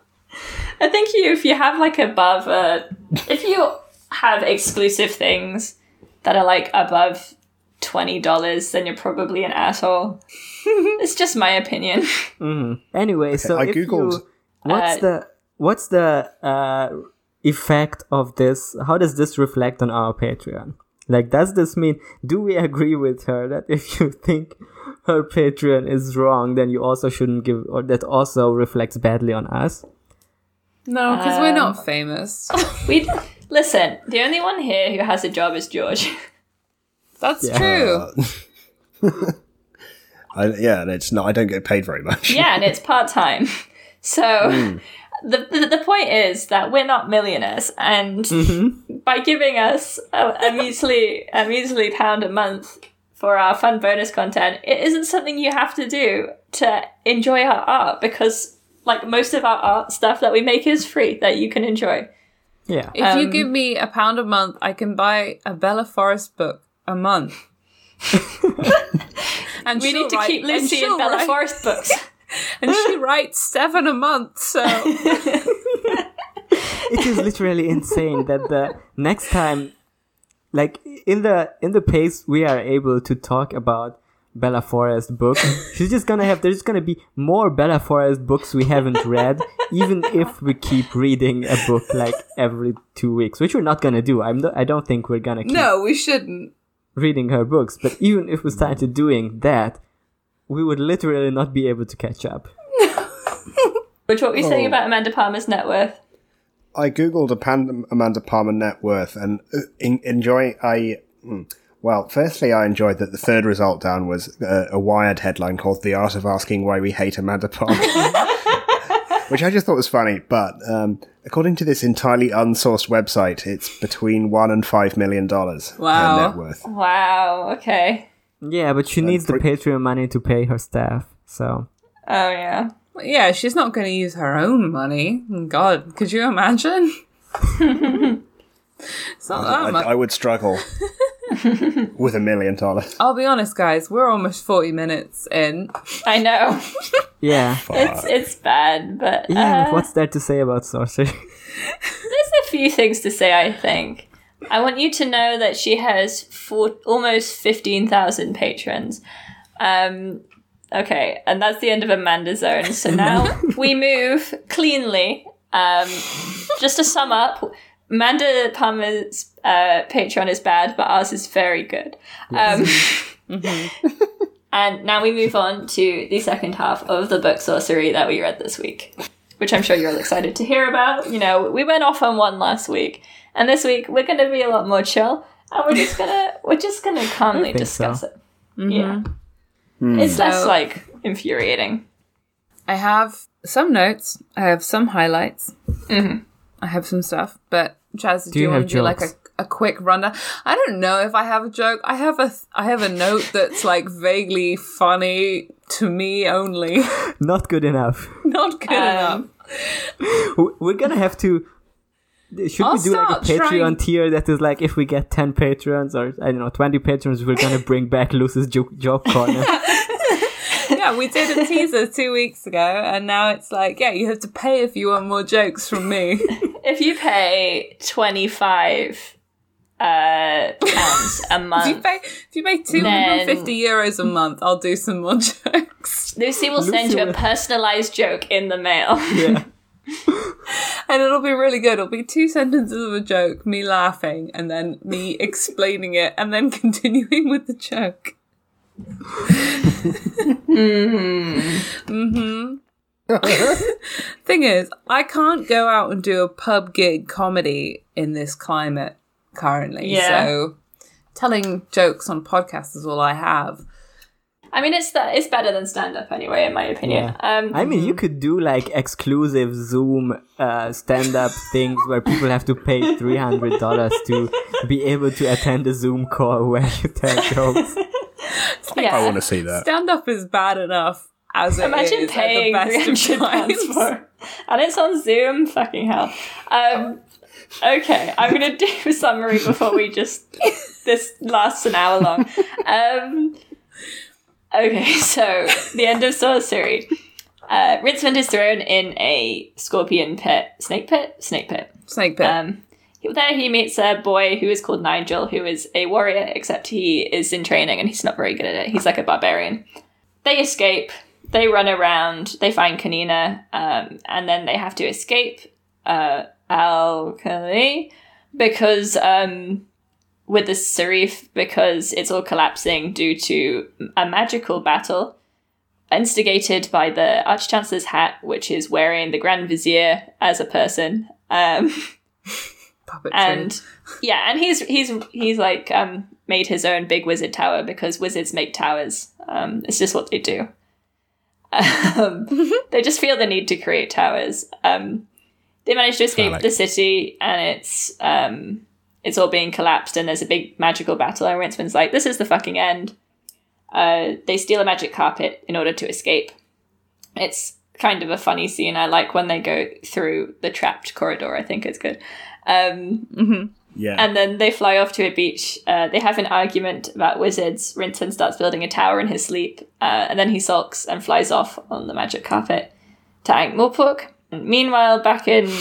S2: I think you if you have like above uh, if you have exclusive things that are like above twenty dollars, then you're probably an asshole. (laughs) it's just my opinion. (laughs)
S3: Anyway, so
S5: I
S3: if
S5: googled.
S3: you- what's
S2: Uh,
S3: the what's the uh, effect of this? How does this reflect on our Patreon? Like, does this mean? Do we agree with her that if you think her Patreon is wrong, then you also shouldn't give, or that also reflects badly on us?
S4: No, because we're
S2: Um,
S4: not famous.
S2: We listen. The only one here who has a job is George.
S4: That's true.
S5: I, yeah and it's not i don't get paid very much
S2: yeah, and it's part time. (laughs) So the, the the point is that we're not millionaires, and by giving us a, a measly a measly pound a month for our fun bonus content, it isn't something you have to do to enjoy our art because like most of our art stuff that we make is free that you can enjoy.
S3: Yeah,
S4: If
S2: Um,
S4: you give me a pound a month, I can buy a Bella Forrest book a
S5: (laughs)
S4: month. and
S2: We
S4: she'll
S2: need to
S4: write-
S2: keep
S4: and
S2: Lucy and,
S4: she'll
S2: Bella
S4: write-
S2: Forest books.
S4: and she writes seven a month.
S2: (laughs)
S4: So
S3: (laughs) it is literally insane that the next time like in the in the pace we are able to talk about Bella Forrest book, she's just gonna have there's gonna be more Bella Forrest books we haven't read, even if we keep reading a book like every two weeks, which we're not gonna do. I'm not, I don't think we're gonna keep
S4: no, we shouldn't.
S3: reading her books, but even if we started doing that, we would literally not be able to catch up.
S2: Which what were you saying
S5: Oh.
S2: about Amanda Palmer's net worth?
S5: I googled a Pan- Amanda Palmer net worth and uh, en- enjoy. I mm. well, firstly, I enjoyed that the third result down was uh, a Wired headline called "The Art of Asking Why We Hate Amanda Palmer," which I just thought was funny. But um, according to this entirely unsourced website, it's between one and five million dollars.
S4: Wow.
S5: net worth.
S2: Wow. Okay.
S3: Yeah, but she needs the Patreon money to pay her staff, so
S2: Oh yeah.
S4: Yeah, she's not going to use her own money. God, could you imagine? it's not
S5: I,
S4: that much.
S5: I would struggle. with a million dollars.
S4: I'll be honest, guys, we're almost 40 minutes in.
S2: I know. (laughs)
S3: Yeah.
S2: It's it's bad, but
S3: Yeah,
S2: uh,
S3: but what's there to say about sorcery? (laughs)
S2: there's a few things to say. I think I want you to know that she has four, almost fifteen thousand patrons. Um, okay, and that's the end of Amanda's own.
S3: (laughs)
S2: So now we move cleanly. Um, just to sum up, Amanda Palmer's uh, Patreon is bad, but ours is very good. Um, (laughs) and now we move on to the second half of the book sorcery that we read this week, which I'm sure you're all excited to hear about. You know, we went off on one last week, and this week we're going to be a lot more chill, and we're just gonna we're just gonna calmly
S3: think
S2: discuss
S3: so.
S2: it. Yeah, Mm-hmm. it's less
S4: So-
S2: like infuriating.
S4: I have some notes, I have some highlights, I have some stuff, but Chaz,
S3: Mm-hmm.
S4: do,
S3: you
S4: you want
S3: have
S4: to do like a,
S3: jokes?
S4: a quick rundown? I don't know if I have a joke. I have a th- I have a note that's like vaguely funny to me only. (laughs)
S3: Not good enough.
S4: Not good enough.
S2: Um,
S3: W- We're gonna have to. Should
S4: I'll
S3: we do like a
S4: start
S3: Patreon
S4: trying-
S3: tier that is like if we get ten patrons or I don't know twenty patrons, we're gonna bring back Lucy's jo- job
S4: (laughs)
S3: corner.
S4: yeah, we did a teaser two weeks ago, and now it's like, yeah, you have to pay if you want more jokes from me. (laughs)
S2: if you pay twenty five uh, pounds (laughs) a month,
S4: if you pay, if you pay two hundred and fifty euros a month, I'll do some more (laughs) jokes,
S2: Lucy will send
S3: Lucy
S2: you a
S3: will-
S2: personalized joke in the mail.
S3: yeah.
S4: and it'll be really good. It'll be two sentences of a joke, me laughing, and then
S2: (laughs)
S4: me explaining it, and then (laughs) continuing with the joke.
S2: Mm-hmm.
S4: Mm-hmm. Thing is, I can't go out and do a pub gig comedy in this climate currently.
S2: Yeah.
S4: So telling jokes on podcasts is all I have.
S2: (laughs) I mean, it's the, it's better than stand up anyway, in my opinion. Um,
S3: I mean,
S4: Mm-hmm.
S3: you could do like exclusive Zoom uh, stand-up things where people have to pay three hundred dollars to be able to attend a Zoom call (laughs) where you tell jokes.
S5: I
S2: yeah.
S5: want to see that.
S4: Stand up is bad enough as it
S2: Imagine
S4: is
S2: paying (laughs)
S4: at the best
S2: three
S4: of
S2: hundred
S4: times.
S2: pounds for, and it's on Zoom. Fucking hell. Um, okay, I'm gonna do a summary before we just this lasts an hour long. Um, okay, so the end of sorcery. Uh, Ritzmond is thrown in a scorpion pit, snake pit, snake pit.
S4: Snake pit.
S2: Um, he- there he meets a boy who is called Nigel, who is a warrior, except he is in training and he's not very good at it. He's like a barbarian. They escape, they run around, they find Kanina, um, and then they have to escape uh, Alkali because um, with the Serif, because it's all collapsing due to a magical battle. Instigated by the Arch Chancellor's hat, which is wearing the Grand Vizier as a person. Um,
S4: Puppetry.
S2: and yeah and he's he's he's like um made his own big wizard tower because wizards make towers um it's just what they do um, they just feel the need to create towers um they manage to escape
S5: Phallic.
S2: the city and it's um it's all being collapsed and there's a big magical battle and Ritzman's like this is the fucking end uh they steal a magic carpet in order to escape it's kind of a funny scene i like when they go through the trapped corridor i think it's good um
S5: Yeah.
S2: and then they fly off to a beach. Uh, they have an argument about wizards. Rinton starts building a tower in his sleep, uh, and then he sulks and flies off on the magic carpet to Ankh-Morpork. And Meanwhile, back in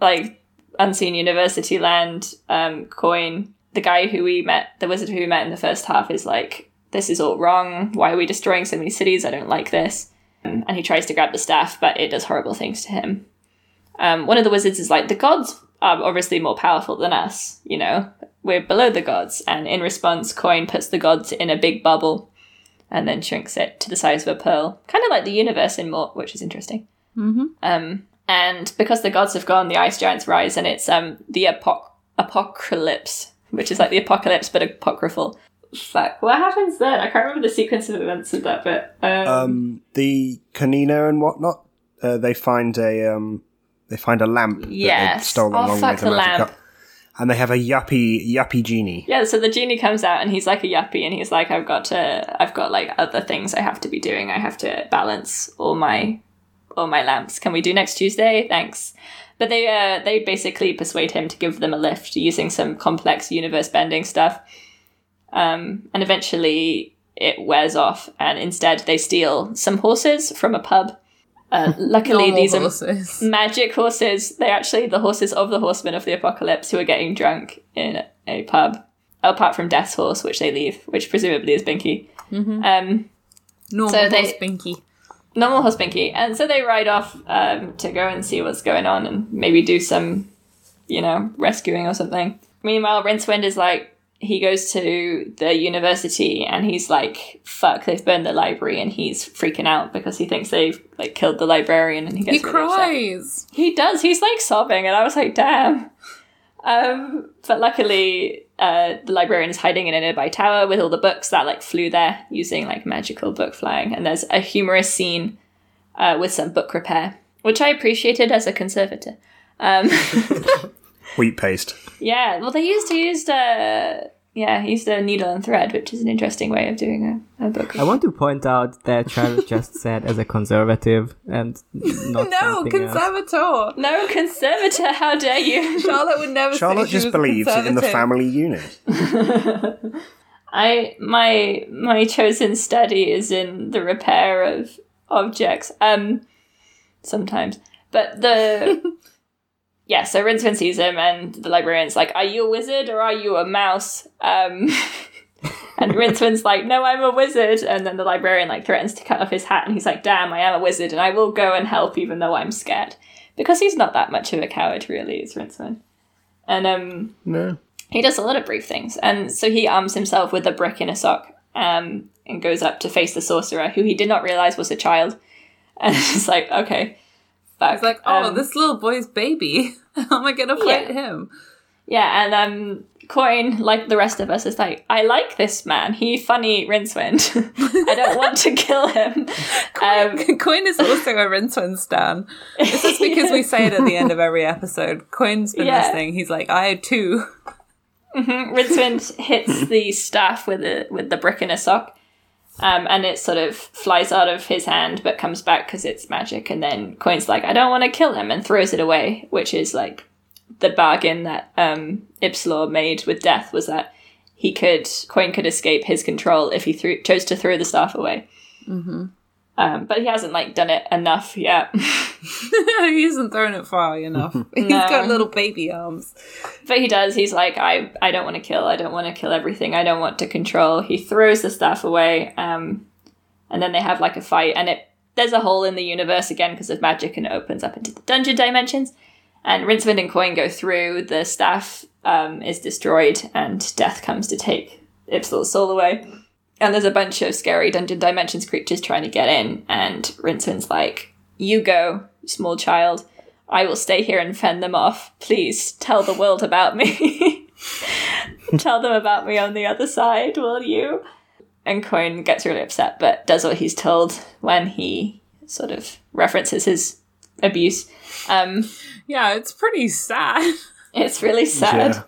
S2: like unseen university land, um, Coin, the guy who we met, the wizard who we met in the first half, is like, "This is all wrong. Why are we destroying so many cities? I don't like this." Um, And he tries to grab the staff, but it does horrible things to him um, one of the wizards is like, the gods are obviously more powerful than us, you know, we're below the gods. And in response, Coin puts the gods in a big bubble and then shrinks it to the size of a pearl, kind of like the universe in Mort, which is interesting. Mm-hmm. Um, and because the gods have gone, the ice giants rise, and it's um, the apoc- apocalypse, which is like the apocalypse but apocryphal. Fuck, what happens then? I can't remember the sequence of events of that bit. Um,
S5: um, the canino and whatnot. Uh, they find a um, they find a lamp. that they'd
S2: Yes.
S5: stolen
S2: Oh,
S5: along
S2: fuck
S5: with
S2: the
S5: magic
S2: lamp.
S5: cup. And they have a yuppie yuppie genie.
S2: Yeah, so the genie comes out and he's like a yuppie and he's like, I've got to I've got like other things I have to be doing. I have to balance all my all my lamps. Can we do next Tuesday? Thanks. But they uh, they basically persuade him to give them a lift using some complex universe bending stuff. Um, and eventually it wears off, and instead they steal some horses from a pub. Uh, luckily,
S4: Normal
S2: these (laughs)
S4: horses.
S2: are magic horses. They're actually the horses of the horsemen of the apocalypse who are getting drunk in a pub, apart from Death's horse, which they leave, which presumably is Binky. Um,
S4: Normal
S2: So they-
S4: horse Binky.
S2: normal horse Binky. And so they ride off um, to go and see what's going on and maybe do some, you know, rescuing or something. Meanwhile, Rincewind is like, he goes to the university and he's like, fuck, they've burned the library. And he's freaking out because he thinks they've like killed the librarian and he gets
S4: He
S2: really upset.
S4: cries.
S2: He does. He's like sobbing, and I was like, damn. Um, but luckily, uh, the librarian is hiding in a nearby tower with all the books that like flew there using like magical book flying. And there's a humorous scene uh, with some book repair, which I appreciated as a conservator. Um, (laughs)
S5: Wheat paste.
S2: yeah, well, they used to use uh, yeah, used a needle and thread, which is an interesting way of doing a, a book.
S3: I want to point out that Charlotte just said as a conservative and not
S4: (laughs) No,
S3: something else.
S4: conservator.
S2: no conservator, how dare you? (laughs)
S4: Charlotte would never.
S5: Charlotte
S4: say she
S5: just
S4: was
S5: believes in the
S4: conservative.
S5: family unit.
S2: I my my chosen study is in the repair of objects. Um, sometimes, but the yeah. So Rincewind sees him, and the librarian's like, "Are you a wizard or are you a mouse?" Um, (laughs) and Rincewind's like, "No, I'm a wizard." And then the librarian like threatens to cut off his hat, and he's like, "Damn, I am a wizard, and I will go and help, even though I'm scared." Because he's not that much of a coward, really, is Rincewind. And um,
S5: No.
S2: he does a lot of brief things and so he arms himself with a brick in a sock um, and goes up to face the sorcerer who he did not realize was a child (laughs) and it's like okay fuck.
S4: It's like, oh,
S2: Um,
S4: this little boy's baby. (laughs) How am I gonna fight
S2: Yeah.
S4: him?
S2: yeah and um coin like the rest of us is like i like this man he funny rincewind (laughs) i don't want to kill him um,
S4: (laughs) Coin is also a Rincewind stan. It's
S2: (laughs)
S4: just because we say it at the end of every episode. Coin's been
S2: Yeah.
S4: listening. He's like, I too. (laughs)
S2: (laughs) rincewind hits the staff with a with the brick in a sock um, and it sort of flies out of his hand but comes back because it's magic. And then Coin's like, I don't want to kill him, and throws it away, which is like the bargain that um, Ipsilor made with Death was that he could Coin could escape his control if he threw, chose to throw the staff away. Mm-hmm. Um, but he hasn't like done it enough yet. (laughs)
S4: he isn't throwing it far
S5: (laughs)
S4: enough. He's got little baby arms.
S2: but he does. He's like, I, I don't want to kill. I don't want to kill everything. I don't want to control. He throws the staff away, um, and then they have like a fight, and it there's a hole in the universe again because of magic, and it opens up into the dungeon dimensions. And Rincewind and Coin go through. The staff um, is destroyed, and Death comes to take Ipsil's soul away. And there's a bunch of scary dungeon dimensions creatures trying to get in, and Rincewind's like, "You go, small child." I will stay here and fend them off. Please tell the world about me. tell them about me on the other side, will you? And Coin gets really upset, but does what he's told when he sort of references his abuse. Um,
S4: Yeah, it's pretty sad.
S2: it's really sad.
S5: Yeah.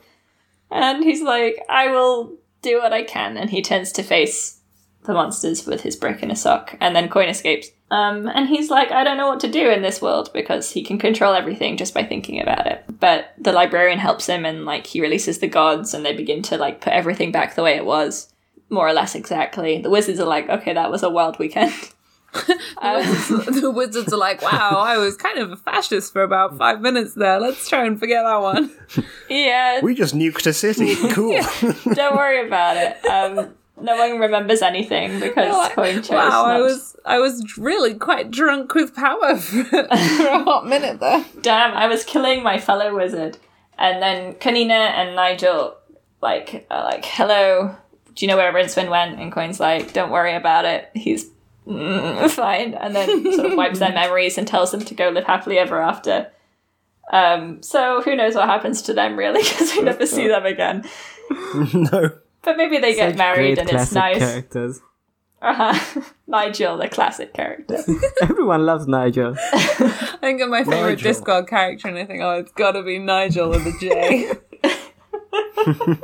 S2: And he's like, I will do what I can. And he turns to face the monsters with his brick in a sock. And then Coin escapes. Um, and he's like, I don't know what to do in this world because he can control everything just by thinking about it. But the librarian helps him and like he releases the gods and they begin to like put everything back the way it was. More or less exactly. The wizards are like, okay, that was a wild weekend. (laughs)
S4: (laughs) the wizards are like, wow, I was kind of a fascist for about five minutes there. Let's try and forget that
S2: (laughs)
S4: one.
S2: yeah,
S5: We just nuked
S2: (laughs)
S5: a city. Cool. (laughs)
S2: don't worry about it. Um, no one remembers anything because Coin chose.
S4: wow, I
S2: not to
S4: was I was really quite drunk with power (laughs) for, for a hot minute there.
S2: damn, I was killing my fellow wizard. And then Kanina and Nigel, like, are like, hello, do you know where Rincewind went? And Coin's like, don't worry about it, he's (laughs) mm, fine. And then sort of wipes
S3: (laughs)
S2: their memories and tells them to go live happily ever after. Um, so who knows what happens to them, really, (laughs) because we never see them
S3: (laughs)
S2: again.
S5: no.
S2: But maybe they get
S3: Such
S2: married
S3: great
S2: and it's
S3: classic
S2: nice.
S3: Characters. (laughs)
S2: Uh-huh. (laughs) Nigel, the classic character.
S3: Everyone loves
S2: (laughs)
S3: Nigel.
S4: I think of my favorite
S5: Nigel.
S4: Discord character, and I think, oh, it's got to be Nigel with a
S2: (laughs)
S4: J.
S2: Oh,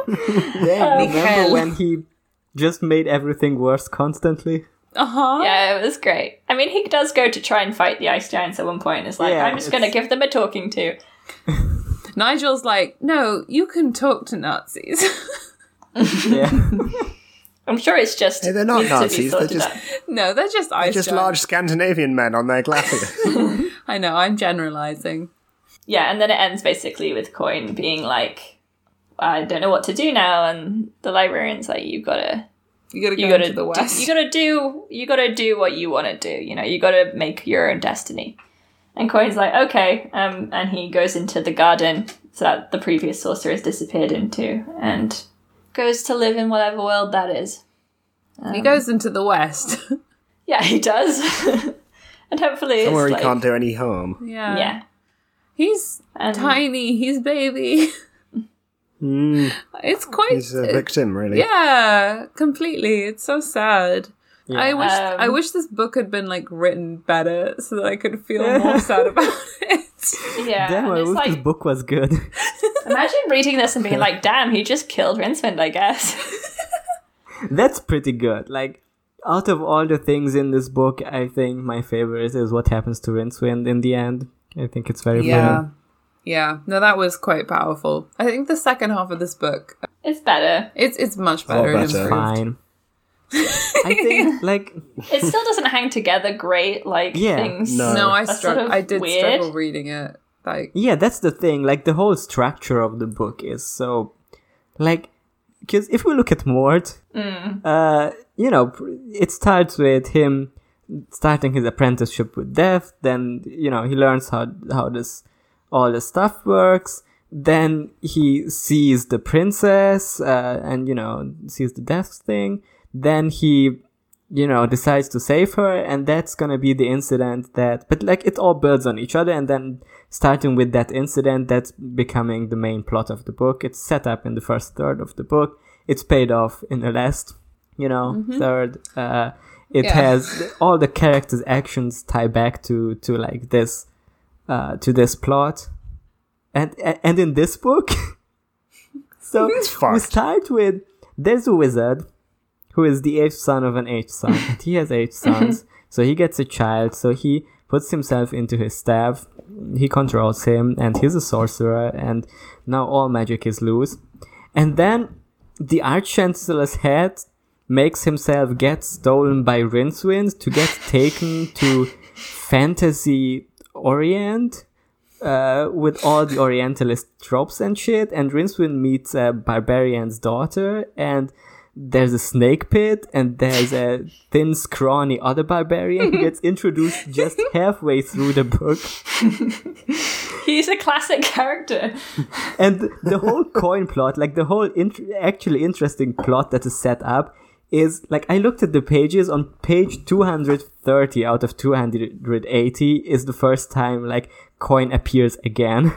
S3: Yeah, remember
S4: hell.
S3: when he just made everything
S2: (laughs)
S3: worse constantly?
S4: uh huh.
S2: Yeah, it was great. I mean, he does go to try and fight the ice giants at one point. and It's like,
S3: Yeah,
S2: I'm just going to
S3: it's-
S2: give them a talking to.
S4: Nigel's like, no, you can talk to Nazis.
S3: Yeah.
S2: I'm sure it's just.
S5: Hey, they're not
S2: needs to be
S5: Nazis, they're
S2: sorted
S5: just-
S2: out.
S4: (laughs) No, they're just ice.
S5: Just
S4: giants.
S5: large Scandinavian men on their
S2: (laughs)
S5: glasses.
S4: I know. I'm generalizing.
S2: yeah, and then it ends basically with Coin being like, "I don't know what to do now," and the librarian's like, "You gotta,
S4: You gotta go
S2: you gotta,
S4: into the
S2: do-
S4: west.
S2: you gotta do, you gotta do what you want to do. You know, you gotta make your own destiny." And Coin's like, "Okay," um, and he goes into the garden that the previous sorcerer has disappeared into, and goes to live in whatever world that is.
S4: he goes into the west. (laughs)
S2: Yeah, (laughs) he does, and hopefully,
S5: Somewhere
S2: it's
S5: he
S2: like,
S5: can't do any harm.
S4: yeah.
S2: Yeah,
S4: He's
S2: and
S4: tiny. He's baby.
S5: Mm,
S4: It's quite.
S5: he's a victim, really.
S4: Yeah, completely. It's so sad. I wish
S2: Um,
S4: I wish this book had been like written better so that I could
S2: (laughs)
S4: feel more sad about it.
S2: yeah,
S3: Damn,
S2: and
S3: I
S2: it's
S3: wish
S2: like,
S3: this book was good. (laughs)
S2: Imagine reading this and being like, damn, he just killed Rincewind, I guess. (laughs)
S3: That's pretty good. Like, out of all the things in this book, I think my favorite is what happens to Rincewind in the end. I think it's very
S4: Yeah. Yeah. No, that was quite powerful. I think the second half of this book
S2: it's better.
S4: it's it's much
S5: lot
S4: better, and
S5: better.
S2: (laughs)
S4: improved.
S3: fine. I think, like,
S5: (laughs)
S2: It still doesn't hang together great, like
S3: Yeah,
S2: things.
S5: no.
S4: No, I
S2: That's
S4: strugg-
S2: sort of
S4: I did
S2: weird.
S4: struggle reading it. Like
S3: yeah, that's the thing. Like, the whole structure of the book is so, like, because if we look at Mort, uh, you know, pr- it starts with him starting his apprenticeship with death. Then you know he learns how how this all this stuff works. Then he sees the princess, uh, and you know sees the death thing. Then he, you know, decides to save her, and that's gonna be the incident that. But like it all builds on each other, and then starting with that incident, that's becoming the main plot of the book. It's set up in the first third of the book. It's paid off in the last, you know, third. Uh, it
S4: Yeah.
S3: has all the characters' actions tie back to to like this, uh, to this plot, and a- and in this book, (laughs) so we
S5: fucked.
S3: start with there's a wizard who is the eighth son of an eighth son, and he has eight sons, so he gets a child, so he puts himself into his staff, he controls him, and he's a sorcerer, and now all magic is loose, and then the arch chancellor's head makes himself get stolen by Rincewind to get taken to fantasy Orient uh, with all the Orientalist tropes and shit. And Rincewind meets a barbarian's daughter, and there's a snake pit, and there's a thin, scrawny other barbarian who
S4: (laughs)
S3: gets introduced just halfway through the book.
S2: (laughs) He's a classic character.
S3: and th- the
S4: (laughs)
S3: whole coin plot, like the whole int- actually interesting plot that is set up, is like I looked at the pages on page 230 out of 280 is the first time like coin appears again. (laughs)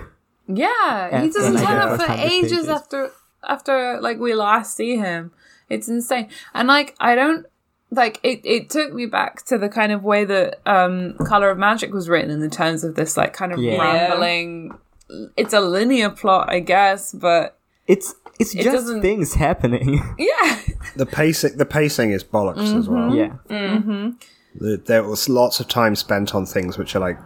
S4: Yeah.
S3: Yeah,
S4: he doesn't
S3: like
S4: turn
S3: that
S4: up
S3: was
S4: for
S3: kind of
S4: ages
S3: pages.
S4: after after like we last see him. It's insane. And like I don't like it, it took me back to the kind of way that um Colour of Magic was written in the terms of this like kind of
S3: Yeah.
S4: rambling it's a linear plot, I guess, but
S3: It's it's
S4: It
S3: just
S4: doesn't-
S3: things happening. (laughs)
S4: yeah.
S5: The pacing, the pacing is bollocks
S2: Mm-hmm.
S5: as well.
S3: yeah.
S5: The- There was lots of time spent on things which are like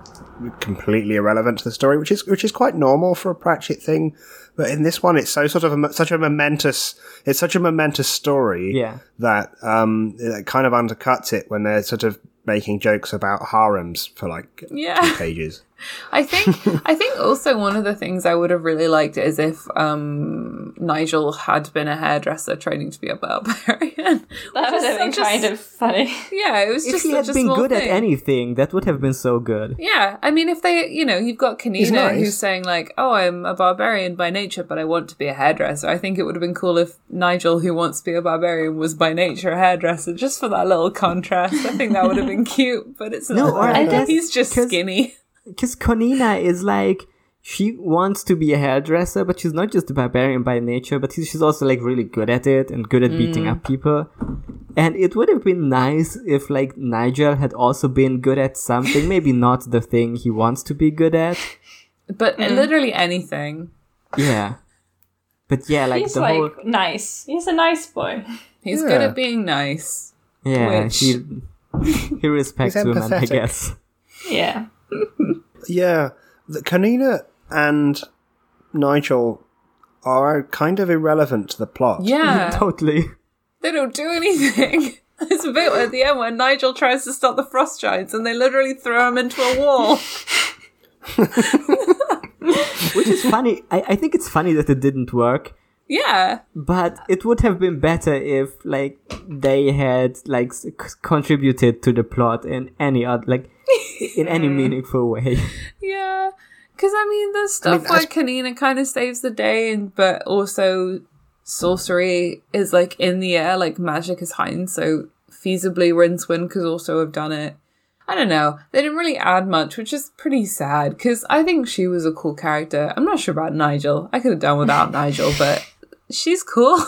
S5: completely irrelevant to the story, which is which is quite normal for a Pratchett thing. But in this one, it's so sort of a, mo- such a momentous, it's such a momentous story
S3: Yeah.
S5: that um it kind of undercuts it when they're sort of making jokes about harems for like
S4: Yeah.
S5: two pages.
S4: I think I
S3: (laughs)
S4: think also one of the things I would have really liked is if um, Nigel had been a hairdresser training to be a barbarian.
S2: That would
S4: Which is
S2: have been
S4: such a
S2: kind
S4: s-
S2: of funny.
S4: yeah. It was
S3: If
S4: just
S3: he had
S4: such a
S3: been
S4: small
S3: good at
S4: thing.
S3: anything, that would have been so good.
S4: Yeah, I mean, if they, you know, you've got Kanina
S5: nice.
S4: who's saying like, "Oh, I'm a barbarian by nature, but I want to be a hairdresser." I think it would have been cool if Nigel, who wants to be a barbarian, was by nature a hairdresser, just for that little contrast. I think that would have
S3: (laughs)
S4: been cute, but it's
S3: No,
S4: not.
S3: or I
S4: like that.
S3: guess-
S4: he's just
S3: 'cause-
S4: skinny.
S3: because Konina is like she wants to be a hairdresser, but she's not just a barbarian by nature, but she's she's also like really good at it and good at beating
S4: Mm.
S3: up people. And it would have been nice if like Nigel had also been good at something,
S4: (laughs)
S3: maybe not the thing he wants to be good at.
S4: But
S3: Mm.
S4: literally anything.
S3: Yeah. But yeah,
S2: (laughs)
S3: like
S2: He's
S3: the
S2: like
S3: whole
S2: nice. He's a nice boy.
S4: He's good
S5: Yeah.
S4: at being
S3: (laughs)
S4: nice.
S3: yeah,
S4: witch.
S3: he he respects
S5: He's
S3: women, I
S5: empathetic.
S3: guess.
S2: Yeah.
S5: Yeah, the Kanina and Nigel are kind of irrelevant to the plot.
S4: Yeah.
S3: (laughs) totally.
S4: They don't do anything. (laughs) There's a bit at the end where Nigel tries to stop the frost giants and they literally throw him into a
S3: (laughs)
S4: wall.
S3: Which is funny. I, I think it's funny that it didn't work,
S4: Yeah.
S3: but it would have been better if like they had like s- c- contributed to the plot in any other like
S2: (laughs)
S3: in any meaningful way.
S4: Yeah. Because, I mean, there's stuff where Kanina kind of saves the day, and but also sorcery is like in the air, like magic is heightened. So, feasibly, Rincewind could also have done it. I don't know. They didn't really add much, which is pretty sad because I think she was a cool character. I'm not sure about Nigel. I could have done without Nigel, but she's cool. (laughs)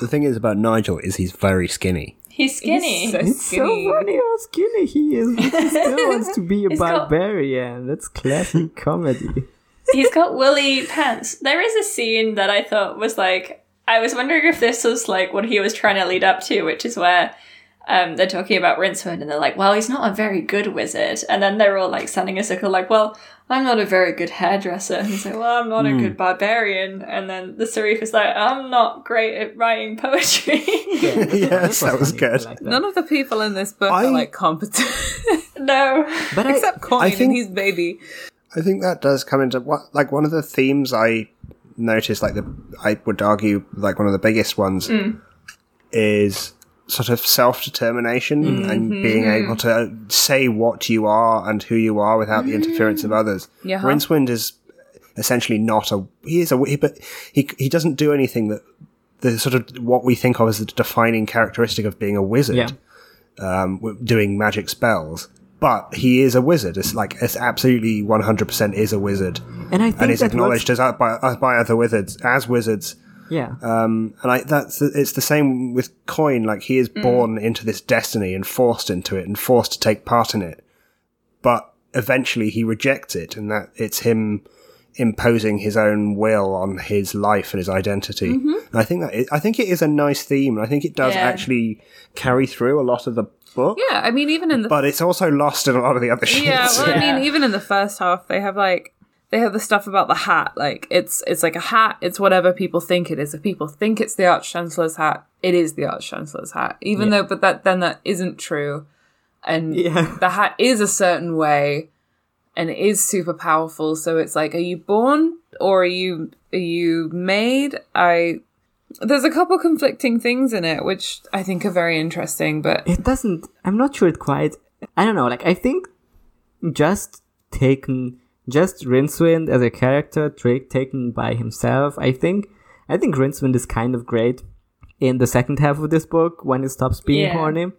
S5: The thing is about Nigel is he's very skinny. (laughs)
S2: He's skinny.
S4: He's so
S3: (laughs) It's so
S4: skinny.
S3: funny how skinny he is.
S2: (laughs)
S3: but He still wants to be a
S2: He's got-
S3: barbarian. That's classic comedy.
S2: He's got woolly pants. There is a scene that I thought was like I was wondering if this was like what he was trying to lead up to, which is where um, they're talking about Rincewind and they're like, "Well, he's not a very good wizard," and then they're all like standing in a circle, like, "Well, I'm not a very good hairdresser." And he's like, "Well, I'm not a
S5: Hmm.
S2: good barbarian," and then the Serif is like, "I'm not great at writing poetry."
S5: yes, (laughs) that was good.
S4: None of the people in this book
S5: I-
S4: are like competent,
S2: (laughs) no,
S3: But I,
S4: (laughs) except Coin
S5: think-
S4: and he's baby.
S5: I think that does come into what like one of the themes I noticed, like the I would argue like one of the biggest ones is sort of self determination and being able to say what you are and who you are without the interference of others.
S4: Yeah.
S5: Rincewind is essentially not a he is a he, but he he doesn't do anything that the sort of what we think of as the defining characteristic of being a wizard
S3: yeah.
S5: um, w- doing magic spells. But he is a wizard. It's like it's absolutely one hundred percent is a wizard,
S3: And I think
S5: and is
S3: that
S5: acknowledged as uh, by as by other wizards as wizards.
S3: was- yeah.
S5: Um, and I, that's it's the same with Coin. Like he is born into this destiny and forced into it and forced to take part in it. But eventually he rejects it, and that it's him imposing his own will on his life and his identity. And I think that is, I think it is a nice theme, and I think it does
S2: Yeah.
S5: actually carry through a lot of the book
S4: Yeah, I mean, even in the
S5: but it's also lost in a lot of the other shit.
S4: yeah, well, I
S2: Yeah.
S4: mean, even in the first half, they have like they have the stuff about the hat. Like it's it's like a hat. It's whatever people think it is. If people think it's the arch chancellor's hat, it is the arch chancellor's hat. Even though, but that then that isn't true, and
S3: Yeah.
S4: the hat is a certain way, and it is super powerful. So it's like, are you born or are you are you made? I. There's a couple conflicting things in it, which I think are very interesting, but
S3: It doesn't. I'm not sure it quite. I don't know. Like I think, just taken, just Rincewind as a character, Drake taken by himself. I think. I think Rincewind is kind of great in the second half of this book when it stops being
S2: Yeah.
S3: horny.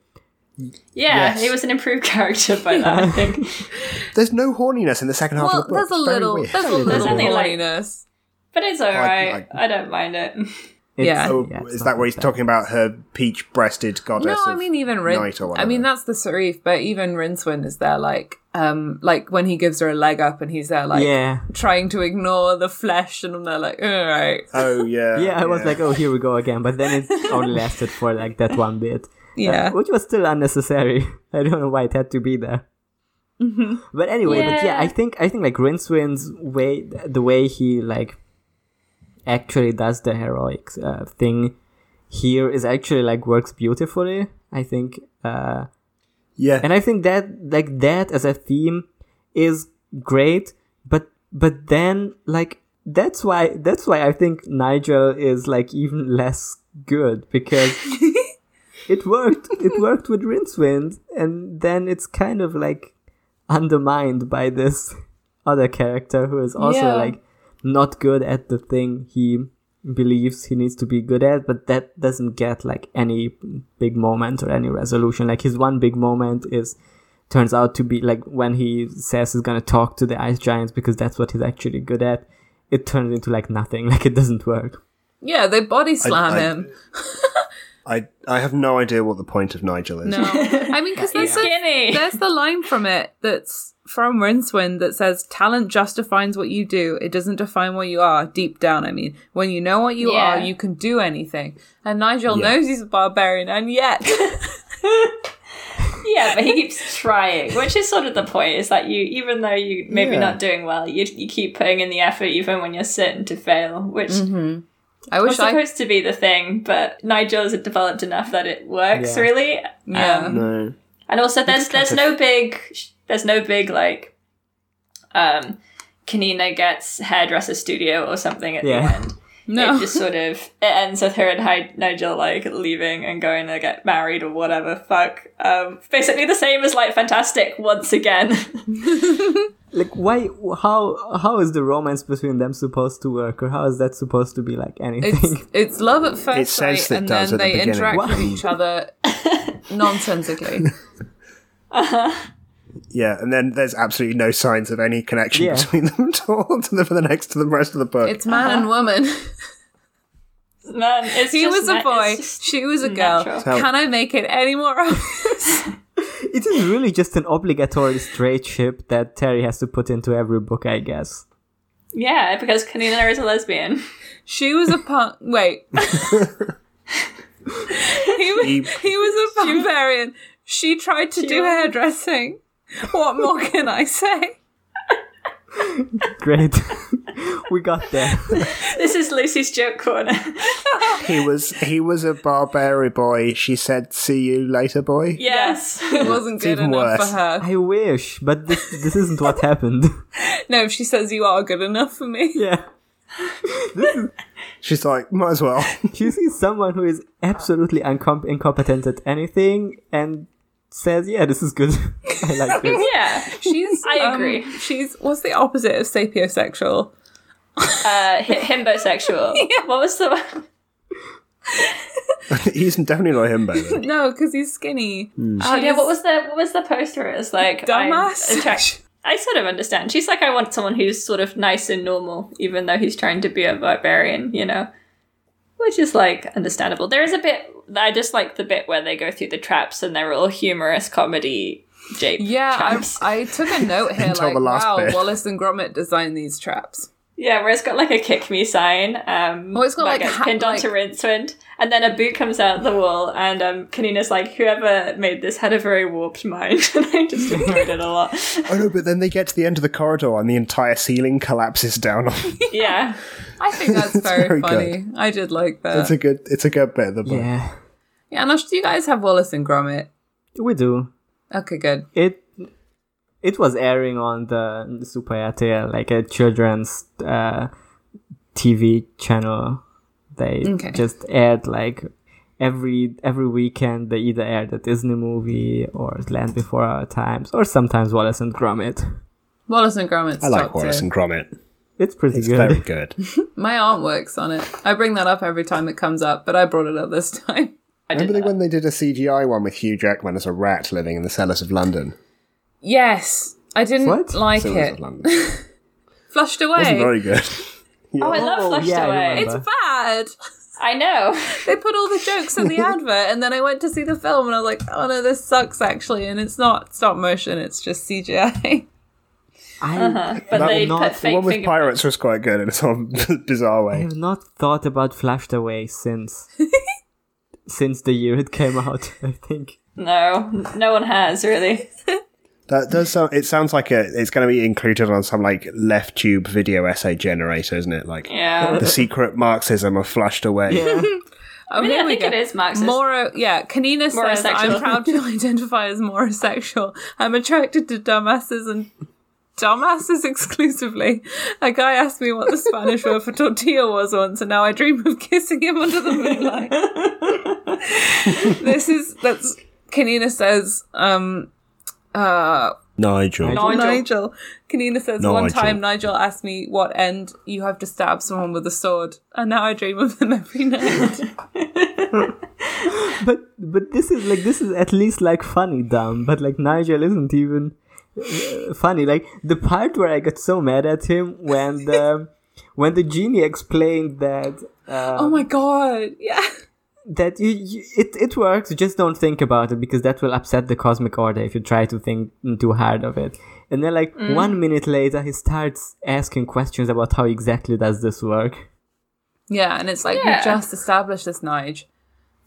S2: yeah,
S5: Yes.
S2: he was an improved (laughs) character by that. I
S5: (laughs)
S2: think
S5: (laughs) There's no horniness in the second half
S4: well,
S5: of the book.
S4: there's a little,
S3: (laughs)
S4: there's a little
S2: There's only, like,
S4: horniness.
S2: but it's alright.
S5: like-
S2: I don't mind it.
S4: Yeah.
S5: Oh,
S3: it's
S5: is
S3: not
S5: that where he's
S3: bad.
S5: talking about her peach-breasted goddess?
S4: No, I
S5: of
S4: mean even Rin-
S5: night or
S4: I mean
S5: whatever?
S4: that's the Sarif, but even Rincewind is there like um like when he gives her a leg up and he's there like
S3: yeah.
S4: trying to ignore the flesh and they're like, all right.
S5: (laughs) Oh yeah,
S3: Yeah, I was like, oh, here we go again. But then it only lasted for like that one bit. (laughs)
S4: Yeah.
S3: which was still unnecessary. (laughs) I don't know why it had to be there. But anyway, but yeah, I
S2: Yeah.
S3: think I think like Rincewind's way, the way he like actually does the heroic uh, thing here is actually like works beautifully. I think, uh,
S5: yeah.
S3: and I think that like that as a theme is great. But but then like that's why that's why I think Nigel is like even less good because it worked. It worked with Rincewind, and then it's kind of like undermined by this other character who is also
S4: Yeah.
S3: like not good at the thing he believes he needs to be good at, but that doesn't get like any big moment or any resolution. Like his one big moment is turns out to be like when he says he's gonna talk to the ice giants because that's what he's actually good at. It turns into like nothing. (laughs) Like it doesn't work.
S4: Yeah, they body slam
S5: I-
S4: him.
S5: I I have no idea what the point of Nigel is.
S4: No, I
S2: (laughs)
S4: mean because there's
S2: Skinny.
S4: the, there's the line from it that's from Rincewind that says talent just defines what you do. It doesn't define what you are deep down. I mean, when you know what you
S2: Yeah.
S4: are, you can do anything. And Nigel
S5: Yeah.
S4: knows he's a barbarian,
S2: (laughs)
S4: and yet.
S2: Yeah, but he keeps trying, which is sort of the point. Is that you, even though you maybe
S5: Yeah.
S2: not doing well, you you keep putting in the effort even when you're certain to fail, which
S4: I wish
S2: was
S4: I.
S2: supposed to be the thing, but Nigel isn't developed enough that it works
S3: Yeah.
S2: really.
S4: Yeah.
S2: Um,
S5: No.
S2: and also, there's there's no big there's no big like, um, Kanina gets hairdresser studio or something at
S3: Yeah.
S2: the end.
S4: (laughs) No.
S2: It just sort of it ends with her and Hy- Nigel like leaving and going to get married or whatever. Fuck. Um, basically the same as like Fantastic once again. (laughs)
S3: Like, why? How? How is the romance between them supposed to work, or how is that supposed to be like anything?
S4: It's
S5: (laughs)
S4: it's love at first
S5: It says
S4: sight,
S5: that
S4: and
S5: does
S4: then
S5: at the
S4: they
S5: beginning.
S4: interact with
S3: Why?
S2: (laughs)
S4: each other nonsensically.
S5: Yeah, and then there's absolutely no signs of any connection
S3: Yeah.
S5: between (laughs) them at all to the, for the next to the rest of the book.
S4: It's man and woman. (laughs)
S2: Man, it's
S4: He
S2: Uh-huh. just
S4: was a
S2: na-
S4: boy.
S2: it's just-
S4: She was a girl.
S2: natural.
S5: Tell-
S4: Can I make it any
S2: (laughs)
S4: more obvious?
S3: (laughs) it is really just an obligatory straight ship that Terry has to put into every book, I guess.
S2: yeah, because Kanina is a lesbian. (laughs)
S4: she was a punk.
S5: (laughs)
S4: Wait. he, was,
S5: He-
S4: he was a barbarian. She tried to do hairdressing. What more can I say?
S3: Great, (laughs) we got there.
S2: This is Lucy's joke corner. (laughs)
S5: he
S4: (laughs)
S5: was he was a barbary boy. She said, "See you later, boy."
S2: yes.
S4: It wasn't good
S5: even
S4: enough
S5: worse.
S4: for her.
S3: I wish, but this this isn't what happened. (laughs)
S4: No, she says you are good enough for me.
S3: yeah,
S5: She's like, "Might as well." (laughs)
S3: she sees someone who is absolutely incom- incompetent at anything and says, "Yeah, this is good. (laughs) I
S2: (laughs)
S3: like this."
S2: yeah.
S4: She's.
S2: I
S4: um,
S2: agree.
S4: She's. What's the opposite of sapiosexual?
S2: Uh, hi-
S4: (laughs)
S2: himbosexual. What was the one?
S5: He's definitely not him, by the
S4: (laughs)
S5: way.
S4: No, because he's skinny.
S5: Hmm.
S2: Oh yeah, what was the what was the poster? It was like I'm
S4: Dumbass.
S2: attract- I sort of understand. She's like, I want someone who's sort of nice and normal, even though he's trying to be a barbarian, you know, which is like understandable. There is a bit I just like the bit where they go through the traps and they're all humorous comedy jape
S4: Yeah,
S2: traps.
S4: I, I took a note here
S5: Until
S4: like,
S5: the last
S4: wow,
S5: bit.
S4: Wallace and Gromit designed these traps.
S2: Yeah, where it's got like a kick me sign. Um,
S4: Oh, it's got,
S2: that
S4: like,
S2: gets
S4: ha-
S2: pinned onto Rincewind, and then a boot comes out the wall, and um, Kanina's like, "Whoever made this had a very warped mind," (laughs) and I just
S4: (laughs)
S2: enjoyed it a lot.
S5: Oh no! But then they get to the end of the corridor, and the entire ceiling collapses down. on
S2: Yeah,
S4: I
S5: (laughs)
S4: think that's very,
S5: very
S4: funny. I did like that.
S5: It's a good. It's a good bit of the book.
S3: Yeah,
S4: yeah, Anosh, do you guys have Wallace and Gromit?
S3: we do.
S4: Okay, good.
S3: it it was airing on the Supayatea, like a children's uh, TV channel. They
S4: Okay.
S3: just aired like every every weekend. They either aired a Disney movie or Land Before Our Times, or sometimes Wallace and Gromit.
S4: Wallace and Gromit's
S5: I like
S4: top
S5: Horace
S4: tier.
S5: and Gromit.
S3: It's pretty
S5: It's
S3: good.
S5: very good.
S4: My aunt works on it. I bring that up every time it comes up, but I brought it up this (laughs) time.
S5: Remember when they did a CGI one with Hugh Jackman as a rat living in the cellars of London?
S4: Yes, I didn't
S3: What?
S4: like
S5: Cellars
S4: it.
S5: of London. It
S4: Flushed
S5: wasn't
S4: away.
S5: very good.
S2: oh, I love
S3: Oh,
S2: Flushed
S3: yeah, I
S2: Away.
S3: remember.
S4: It's bad.
S2: I know. (laughs)
S4: They put all the jokes in the advert, and then I went to see the film, and I was like, "Oh no, this sucks actually." And it's not stop motion; it's just CGI.
S3: I,
S2: Uh-huh. But
S5: That
S2: they
S3: will
S2: put
S3: not- the
S5: the
S2: fake
S5: one with
S2: finger-
S5: pirates was quite good in a sort of (laughs) bizarre
S3: I
S5: way.
S3: have not thought about Flashed
S2: (laughs)
S3: Away since since the year it came out.
S2: (laughs)
S3: I think.
S2: No, no one has really.
S5: That does sound. It sounds like a, it's going to be included on some like left tube video essay generator, isn't it? Like
S2: Yeah,
S5: the secret Marxism of flushed away.
S3: Yeah.
S4: (laughs) Oh,
S2: really,
S4: here
S2: I
S4: we
S2: think
S4: go.
S2: it is Marxist.
S4: Moro, yeah, Kanina says I'm
S2: Morosexual.
S4: proud
S2: (laughs)
S4: to identify as morosexual. I'm attracted to dumbasses and dumbasses exclusively. A guy asked me what the Spanish word for tortilla was once, and now I dream of kissing him under the moonlight. this is that's Kanina says. um uh
S5: Nigel.
S4: Nigel.
S2: Nigel.
S4: Kanina says one
S5: Nigel.
S4: time Nigel asked me what end you have to stab someone with a sword, and now I dream of them every night.
S2: (laughs)
S3: but but this is like this is at least like funny dumb but like nigel isn't even uh, funny like the part where i got so mad at him when the when the genie explained that uh,
S4: oh my god! Yeah.
S3: that you, you it, it works just don't think about it because that will upset the cosmic order if you try to think too hard of it and then like one minute later he starts asking questions about how exactly does this work
S4: Yeah, and it's like
S2: Yeah.
S4: we just established this, Nige.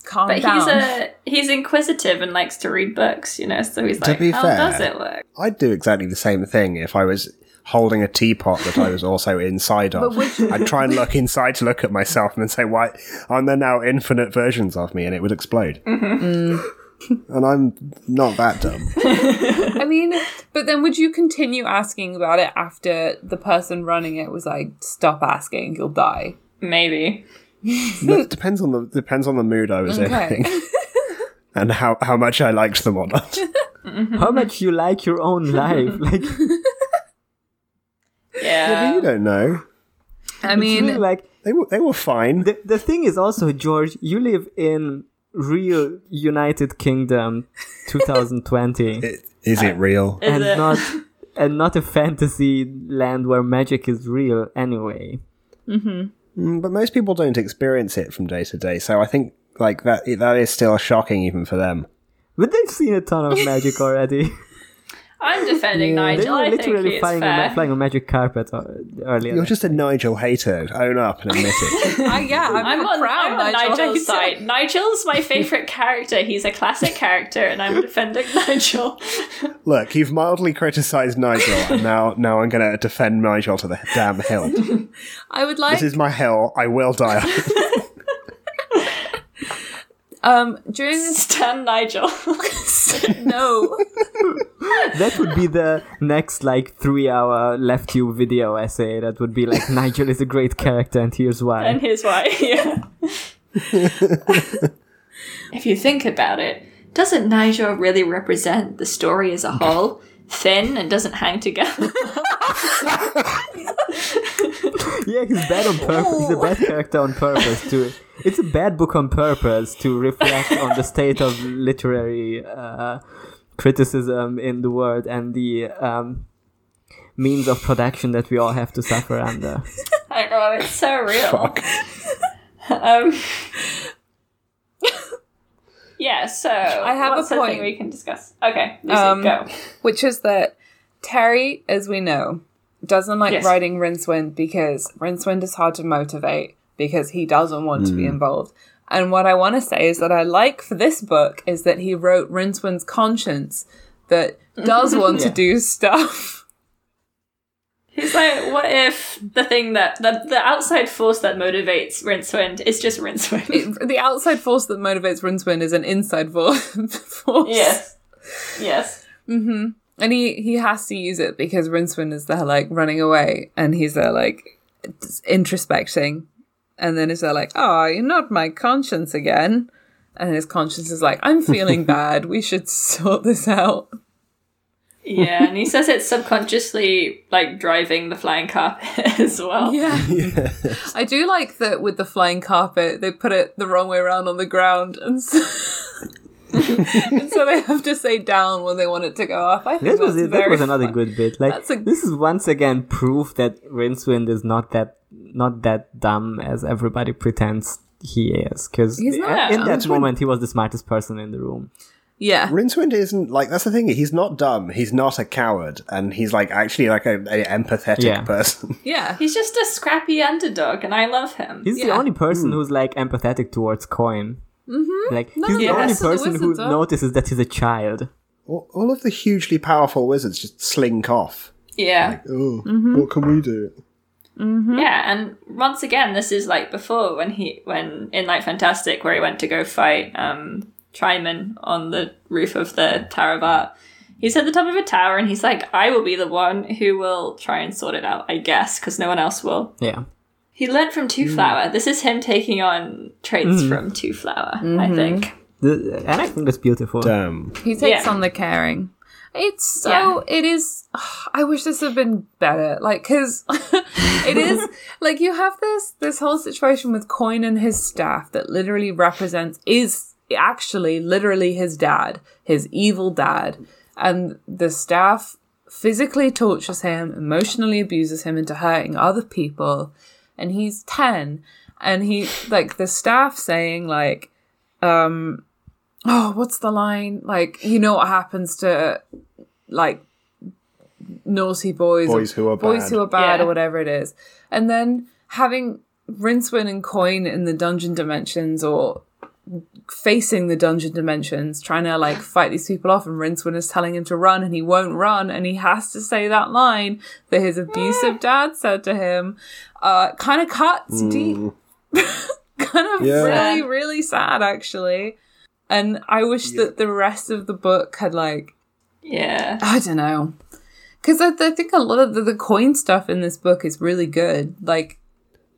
S4: Calm
S2: but
S4: down.
S2: he's a he's inquisitive and likes to read books, you know. So he's
S5: To
S2: like,
S5: be
S2: "How
S5: fair-
S2: does it work?"
S5: I'd do exactly the same thing if I was holding a teapot that I was also inside of. I'd try and look inside to look at myself and then say, "Why are there now infinite versions of me?" and it would explode. And I'm not that dumb.
S4: (laughs) I mean, but then would you continue asking about it after the person running it was like, stop asking, you'll die?
S2: Maybe.
S5: That depends on the depends on the mood I was in, I
S4: Okay.
S5: think, (laughs) and how how much I liked them or not.
S3: How much you like your own life? Like,
S2: Yeah.
S5: you don't know.
S4: I
S3: it's really
S4: mean,
S3: like
S5: They were they were fine.
S3: the the thing is also George, you live in real United Kingdom,
S5: (laughs)
S3: 2020,
S5: I- Is it real?
S3: and
S2: it?
S3: not and not a fantasy land where magic is real anyway.
S5: Mm, But most people don't experience it from day to day, so I think like that that is still shocking even for them.
S3: But they've seen a ton of magic already.
S2: I'm defending
S3: they
S2: Nigel.
S3: were
S2: (laughs) I think
S3: literally
S2: it's
S3: flying on, ma-
S2: fair.
S3: flying on magic carpet or- earlier.
S5: You're just a Nigel hater. Own up and admit
S4: (laughs)
S5: it.
S4: I, yeah, I'm,
S2: I'm on,
S4: proud
S2: I'm on
S4: Nigel. (laughs)
S2: Nigel's side. Nigel's my favourite character. He's a classic character, and I'm defending (laughs) Nigel.
S5: Look, you've mildly criticised Nigel, and now now I'm going to defend Nigel to the damn hill.
S4: I would like
S5: This is my hill. I will die. on it.
S4: um during this
S2: Stan Nigel.
S4: (laughs) no
S3: That would be the next like three hour left you video essay. That would
S2: (laughs)
S3: be like Nigel is a great character and here's why.
S2: and here's why. (laughs) Yeah. if you think about it, doesn't Nigel really represent the story as a whole? Thin and doesn't hang together. (laughs)
S3: yeah, he's bad on purpose. He's a bad character on purpose
S4: (laughs)
S3: too. It's a bad book on purpose to reflect on the state of literary uh, criticism in the world and the um, means of production that we all have to suffer
S4: (laughs)
S3: under.
S2: I know, oh, it's so real.
S5: Fuck.
S2: (laughs) Um, (laughs) yeah, so I
S4: have a
S2: what's the
S4: point.
S2: thing we can discuss. Okay, Lucy,
S4: Um,
S2: go.
S4: which is that Terry, as we know, doesn't like
S2: Yes.
S4: riding Rincewind because Rincewind is hard to motivate because he doesn't want to be involved. And what I want to say is that I like for this book is that he wrote Rincewind's conscience that
S2: (laughs)
S4: does want to do stuff. (laughs)
S2: He's like, what if the thing that the, the outside force that motivates Rincewind is just Rincewind?
S4: The outside force that motivates Rincewind is an inside for- (laughs)
S2: (laughs)
S4: force.
S2: yes, (laughs) yes.
S4: And he, he has to use it because Rincewind is there, like, running away, and he's there, like, just introspecting. And then is there, like, oh, you're not my conscience again. And his conscience is like, I'm feeling bad. We should sort this out.
S2: Yeah, and he says it's subconsciously like driving the flying carpet (laughs) as well.
S4: Yeah. I do like that with the flying carpet, they put it the wrong way around on the ground. And so, (laughs) and so they have to say down when they want it to go up. I think
S3: That was
S4: that's
S3: it. That
S4: very
S3: was another
S4: fun.
S3: good bit. Like
S4: That's a-
S3: this is once again proof that Rincewind is not that not that dumb as everybody pretends he is. Because in
S4: He's not that
S3: that moment, he was the smartest person in the room.
S4: Yeah.
S5: Rincewind isn't like that's the thing. He's not dumb. He's not a coward, and he's like actually like a, a empathetic
S3: Yeah.
S5: person. (laughs)
S4: Yeah.
S2: He's just a scrappy underdog, and I love him.
S3: He's the
S4: Yeah.
S3: only person who's like empathetic towards Coin. Mm-hmm. Like he's
S4: of
S3: the
S4: the
S3: only
S4: rest of the
S3: person who
S4: wizards are.
S3: notices that he's a child.
S5: all, all of the hugely powerful wizards just slink off.
S2: yeah,
S5: Oh, what can we do?
S2: yeah. And once again, this is like before when he when in like Fantastic, where he went to go fight um Tryman on the roof of the Tower of Art. He's at the top of a tower, and he's like, "I will be the one who will try and sort it out, I guess, because no one else will."
S3: Yeah.
S2: He learned from Two Flower. This is him taking on traits from Two Flower, I think.
S3: The- and I think that's beautiful.
S5: Damn.
S4: He takes
S2: Yeah.
S4: on the caring. It's so it is. I wish this had been better. Like, cause it is like you have this this whole situation with Coin and his staff that literally represents is actually literally his dad, his evil dad, and the staff physically tortures him, emotionally abuses him into hurting other people, and he's ten, and he like the staff saying like oh, what's the line? Like, you know what happens to like naughty boys,
S5: Boys who are
S4: boys
S5: bad.
S4: who are bad,
S2: Yeah.
S4: or whatever it is. And then having Rincewind and Coin in the dungeon dimensions, or facing the dungeon dimensions, trying to like fight these people off, and Rincewind is telling him to run, and he won't run, and he has to say that line that his abusive dad said to him. Uh, kind of cuts deep, (laughs) kind of
S5: Yeah.
S4: really, really sad actually. And I wish that the rest of the book had like
S2: Yeah.
S4: I don't know. Because I, I think a lot of the, the coin stuff in this book is really good. Like,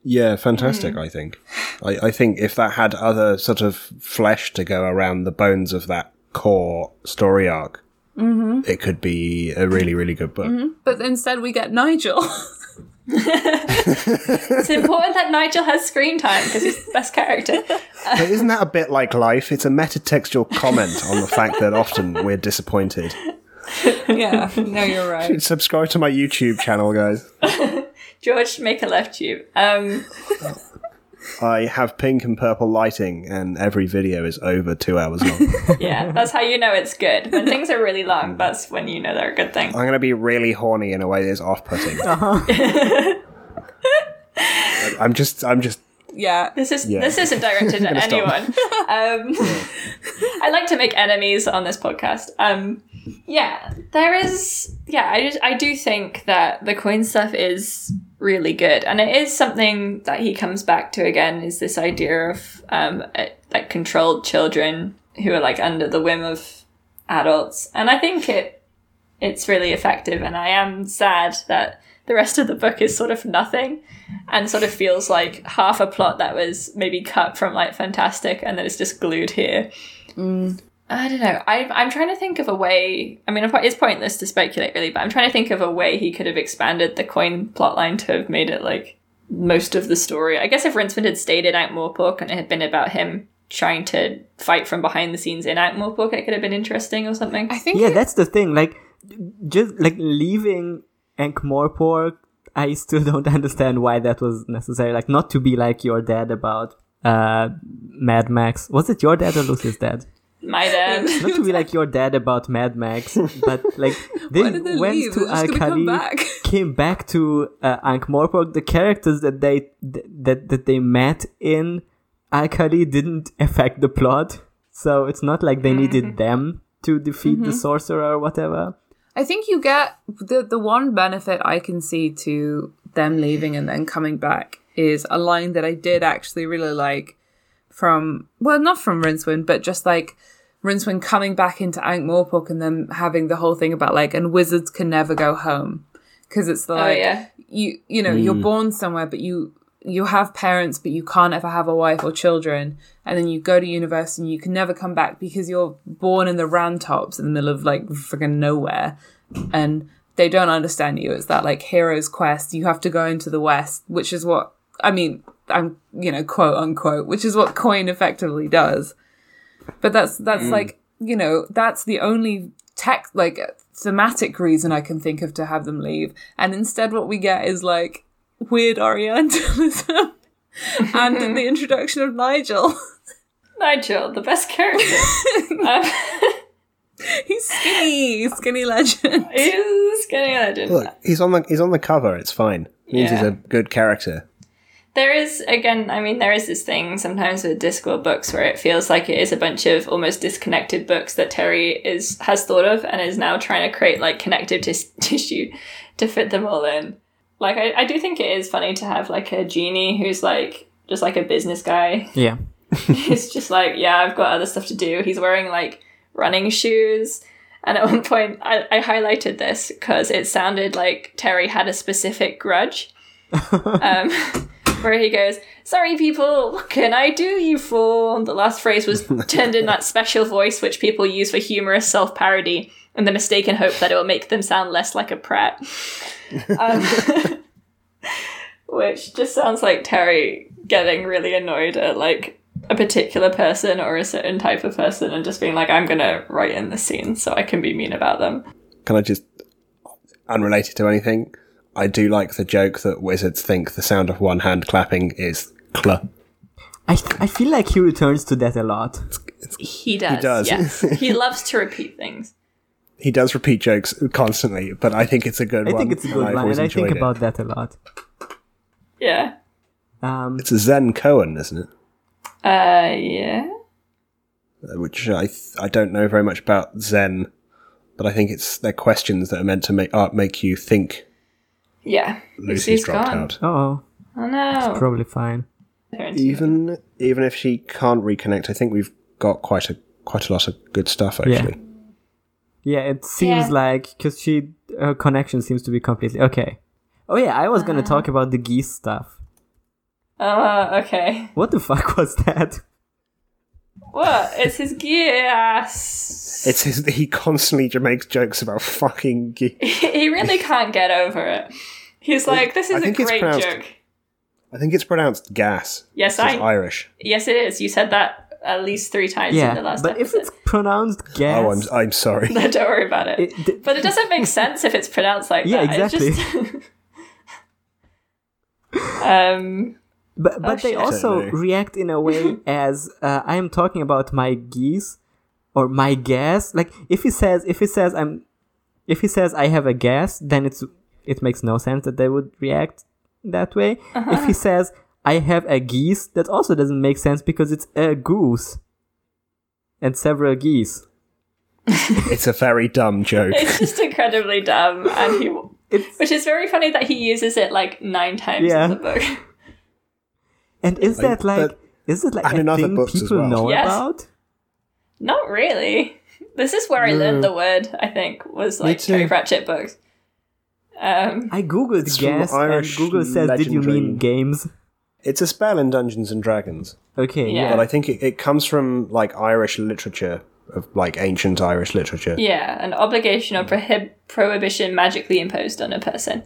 S5: Yeah, fantastic. I think. I, I think if that had other sort of flesh to go around the bones of that core story arc, it could be a really, really good book.
S4: but instead we get Nigel. (laughs)
S2: It's important that Nigel has screen time because he's the best character.
S5: But isn't that a bit like life? It's a metatextual comment on the fact that often we're disappointed.
S4: yeah, no, you're right.
S5: Subscribe to my YouTube channel, guys.
S2: George, make a left tube. Um,
S5: I have pink and purple lighting, and every video is over two hours long.
S2: yeah, that's how you know it's good. When things are really long, that's when you know they're a good thing.
S5: I'm going to be really horny in a way that's off-putting. I'm just, I'm just.
S4: Yeah.
S2: This is
S5: Yeah.
S2: this isn't
S5: (laughs)
S2: directed at
S5: stop.
S2: anyone. Um, (laughs) I like to make enemies on this podcast. Um, yeah, there is. Yeah, I just I do think that the coin stuff is really good, and it is something that he comes back to again. Is this idea of um, uh, like controlled children who are like under the whim of adults, and I think it it's really effective. And I am sad that the rest of the book is sort of nothing and sort of feels like half a plot that was maybe cut from like Fantastic and then it's just glued here.
S4: Mm.
S2: I don't know. I, I'm trying to think of a way. I mean, it's pointless to speculate really, but I'm trying to think of a way he could have expanded the coin plotline to have made it like most of the story. I guess if Rincewind had stayed in Outmorpork and it had been about him trying to fight from behind the scenes in Outmorpork, it could have been interesting or something.
S4: I think
S3: yeah,
S4: it-
S3: that's the thing. Like, just like leaving Ankh-Morpork, I still (laughs) don't understand why that was necessary. Like, not to be like your dad about uh Mad Max. Was it your dad or Lucy's dad?
S2: My dad.
S4: (laughs)
S3: Not to be like your dad about Mad Max, but like they,
S4: Why did they
S3: went
S4: leave?
S3: to
S4: They're just gonna come
S3: Al-Khali,
S4: back. (laughs)
S3: came back to uh, Ankh-Morpork. The characters that they th- that that they met in Akali didn't affect the plot, so it's not like they
S4: Mm-hmm.
S3: needed them to defeat the sorcerer or whatever.
S4: I think you get the the one benefit I can see to them leaving and then coming back is a line that I did actually really like from well not from Rincewind but just like Rincewind coming back into Ankh Morpork and then having the whole thing about like and wizards can never go home because it's the
S2: oh
S4: like
S2: yeah.
S4: you you know you're born somewhere but you you have parents but you can't ever have a wife or children and then you go to university and you can never come back because you're born in the rantops in the middle of like friggin nowhere and they don't understand you it's that like hero's quest you have to go into the west which is what i mean i'm you know quote unquote which is what (laughs) coin effectively does but that's that's
S3: Mm.
S4: like you know that's the only tech like thematic reason I can think of to have them leave, and instead what we get is like
S3: (laughs)
S4: weird Orientalism and the introduction of Nigel. (laughs)
S2: Nigel, the best character. um, (laughs)
S4: He's skinny, skinny legend.
S2: he's getting legend.
S5: Look, he's on the, he's on the cover. It's fine. It means he's
S2: Yeah.
S5: a good character.
S2: there is again i mean there is this thing sometimes with discord books where it feels like it is a bunch of almost disconnected books that terry is has thought of and is now trying to create like connective tis- (laughs) tissue to fit them all in like I, I do think it is funny to have like a genie who's like just like a business guy
S3: Yeah.
S2: (laughs) he's just like yeah i've got other stuff to do he's wearing like running shoes and at one point i, I highlighted this because it sounded like terry had a specific grudge um, (laughs) where he goes, "Sorry, people, what can I do you for?" The last phrase was turned in that special voice which people use for humorous self-parody, and the mistaken hope that it will make them sound less like a prat, um, (laughs) which just sounds like Terry getting really annoyed at like a particular person or a certain type of person, and just being like, "I'm gonna write in the scene so I can be mean about them."
S5: Can I just, unrelated to anything, I do like the joke that wizards think the sound of one hand clapping is cl.
S3: I, I feel like he returns to that a lot.
S2: He does.
S5: does.
S2: Yes,
S5: (laughs)
S2: he loves to repeat things.
S5: He does repeat jokes constantly, but I think it's a good
S3: I
S5: one.
S3: think it's a good
S5: I've
S3: one,
S5: always
S3: and I think
S5: enjoyed it.
S3: about that a lot.
S2: Yeah.
S3: Um,
S5: It's a Zen Cohen, isn't it?
S2: Uh, yeah.
S5: uh, which I th- I don't know very much about Zen, but I think it's their questions that are meant to make uh, make you think.
S2: Yeah.
S5: Lucy's
S2: Lucy's
S5: dropped
S2: gone.
S5: out.
S3: Oh,
S2: Oh no.
S3: probably fine.
S5: Even even if she can't reconnect, I think we've got quite a quite a lot of good stuff actually.
S3: Yeah, it seems
S2: Yeah.
S3: like because she her connection seems to be completely okay. Oh yeah, I was
S2: Uh-huh.
S3: gonna talk about the geese stuff.
S2: Oh, okay.
S3: What the (laughs) fuck was that?
S2: What? It's his gas.
S5: It's his, he constantly (laughs) j- makes jokes about fucking geese.
S2: (laughs) he really can't get over it. He's like, this
S5: I
S2: is a
S5: think it's
S2: great
S5: pronounced-
S2: joke.
S5: I think it's pronounced gas.
S2: Yes,
S5: It's
S2: I-
S5: Irish.
S2: Yes, it is. You said that at least three times in the
S3: yeah,
S2: last
S3: but if
S2: episode.
S3: it's pronounced gas,
S5: Oh, I'm
S3: (laughs)
S5: I'm sorry.
S2: No, (laughs) don't worry about it.
S3: it- th-
S2: But it doesn't make sense if it's pronounced like
S3: Yeah,
S2: that. It's just... (laughs) um,
S3: But, but they
S2: shit.
S3: also
S5: Certainly.
S3: react in a way
S5: (laughs)
S3: as uh, I am talking about my geese or my gas. Like if he says if he says I'm if he says I have a gas, then it's it makes no sense that they would react that way.
S5: Uh-huh.
S3: If he says I have a geese, that also doesn't make sense because it's a goose and several geese.
S5: It's a very dumb joke.
S2: it's just incredibly dumb, and he,
S3: (laughs) It's
S2: which is very funny that he uses it like nine times
S3: Yeah.
S2: in the book. (laughs)
S3: and is
S5: Like,
S3: that like
S5: but-
S3: is it like
S5: and in
S3: a
S5: other
S3: thing
S5: books as
S3: people
S5: well.
S3: know
S2: Yes.
S3: about?
S2: Not really. This is where I learned the word. I think was like
S5: too.
S2: Terry Pratchett books. Um,
S3: I googled
S5: It's from
S3: gas and
S5: Irish
S3: Google says, "Did you
S5: legendary-
S3: mean games?"
S5: It's a spell in Dungeons and Dragons,
S3: Okay,
S2: Yeah.
S3: yeah.
S5: but I think it, it comes from like Irish literature, of like ancient Irish literature.
S2: yeah, an obligation
S5: Mm.
S2: or prohib- prohibition magically imposed on a person.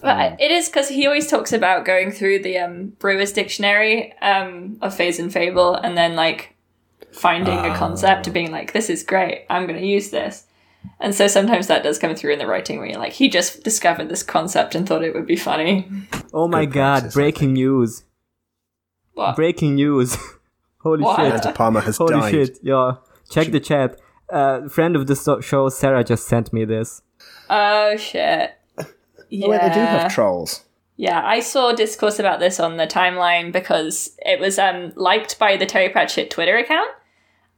S2: But
S5: Mm.
S2: I- it is because he always talks about going through the um, Brewer's Dictionary um, of Phase and Fable, and then like finding a concept
S5: Ah.
S2: and being like, "This is great. I'm going to use this." And so sometimes that does come through in the writing where you're like, "He just discovered this concept and thought it would be funny."
S3: Oh my
S5: Good
S3: god,
S5: practice, I
S3: breaking news.
S2: What?
S3: Breaking news. (laughs) Holy
S2: What?
S3: shit.
S5: Anta Palmer
S3: (laughs)
S5: has
S3: Holy
S5: died.
S3: shit, yeah. Check the chat. Uh, friend of the so- show, Sarah, just sent me this.
S2: Oh shit. Yeah.
S5: Oh, (laughs) wait, they do have trolls.
S2: Yeah, I saw discourse about this on the timeline because it was um, liked by the Terry Pratchett Twitter account.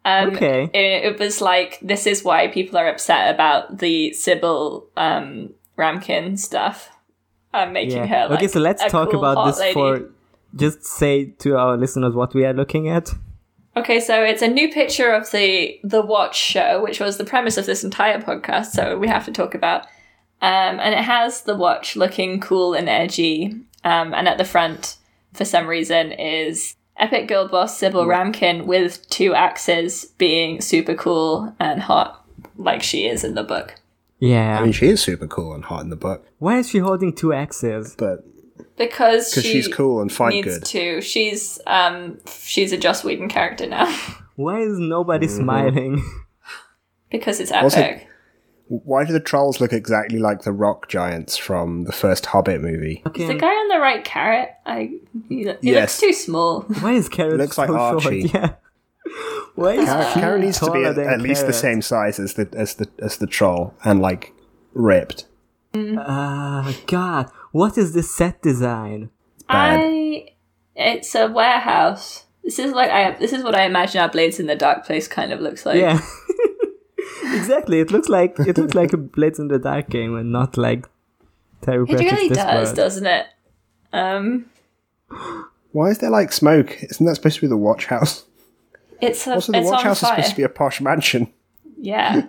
S2: Um,
S3: Okay.
S2: It, it was like, this is why people are upset about the Sybil um, Ramkin stuff. Um, making
S3: Yeah.
S2: her like,
S3: okay, so let's
S2: a
S3: talk
S2: cool,
S3: about
S2: hot
S3: this
S2: lady.
S3: for. Just say to our listeners what we are looking at.
S2: Okay, so it's a new picture of the the Watch show, which was the premise of this entire podcast. So we have to talk about, um, and it has the Watch looking cool and edgy, um, and at the front, for some reason, is Epic Girl Boss Sybil Ramkin with two axes, being super cool and hot, like she is in the book.
S5: I
S3: Yeah.
S5: mean, she is super cool and hot in the book,
S3: Why is she holding two axes?
S5: but
S2: Because she
S5: because she's cool and fight
S2: needs
S5: good.
S2: to. She's um, she's a Joss Whedon character now (laughs)
S3: Why is nobody
S5: Mm-hmm.
S3: smiling? (laughs)
S2: because it's epic.
S5: Also- Why do the trolls look exactly like the rock giants from the first Hobbit movie?
S2: Is the guy on the right carrot? I he, lo- he
S5: Yes.
S2: looks too small.
S3: Why is Carrot
S5: Looks like
S3: so
S5: Archie.
S3: short? (laughs) Yeah. Why is
S5: Kara,
S3: she
S5: Kara needs to be
S3: taller
S5: at,
S3: than
S5: at least the
S3: Carrot?
S5: same size as the as the as the troll and like ripped.
S3: Ah, God, what is this set design?
S5: Bad.
S2: I it's a warehouse. This is like I this is what I imagine our Blades in the Dark place kind of looks like.
S3: yeah, (laughs) exactly. It looks like it looks like a Blades in the Dark game, and not like Terry
S2: It
S3: Pratchett's
S2: really
S3: this
S2: does,
S3: world.
S2: doesn't it? Um
S5: Why is there like smoke? Isn't that supposed to be the watch
S2: (laughs)
S5: house?
S2: it's a,
S5: Also, the
S2: it's
S5: watch
S2: on
S5: house
S2: fire.
S5: is supposed to be a posh mansion. (laughs)
S2: yeah.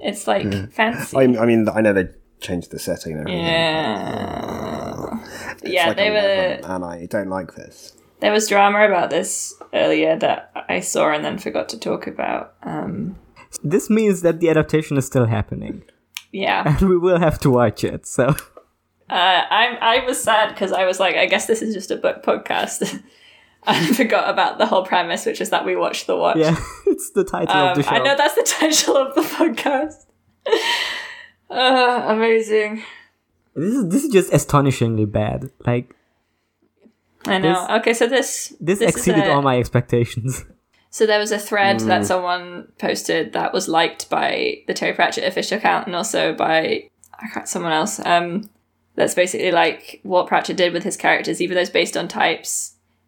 S2: It's like fancy.
S5: I, I mean, I know they changed the setting and everything.
S2: yeah.
S5: It's
S2: yeah,
S5: like
S2: they
S5: a
S2: were
S5: level, and I don't like this.
S2: there was drama about this earlier that I saw and then forgot to talk about. Um
S3: This means that the adaptation is still happening, (laughs)
S2: yeah.
S3: and we will have to watch it. So, (laughs)
S2: Uh, I'm I was sad because I was like, I guess this is just a book podcast. (laughs) I forgot about the whole premise, which is that we watch the watch.
S3: yeah, it's the title of
S2: um,
S3: the show.
S2: I know that's the (laughs) title of the podcast. uh, amazing.
S3: This is this is just astonishingly bad. Like
S2: I know. okay, so this
S3: this,
S2: is
S3: exceeded
S2: a-
S3: all my Mm. expectations. (laughs)
S2: So there was a thread that someone posted that was liked by the Terry Pratchett official account and also by I can't, someone else. Um, that's basically like what Pratchett did with his characters, even those based on types.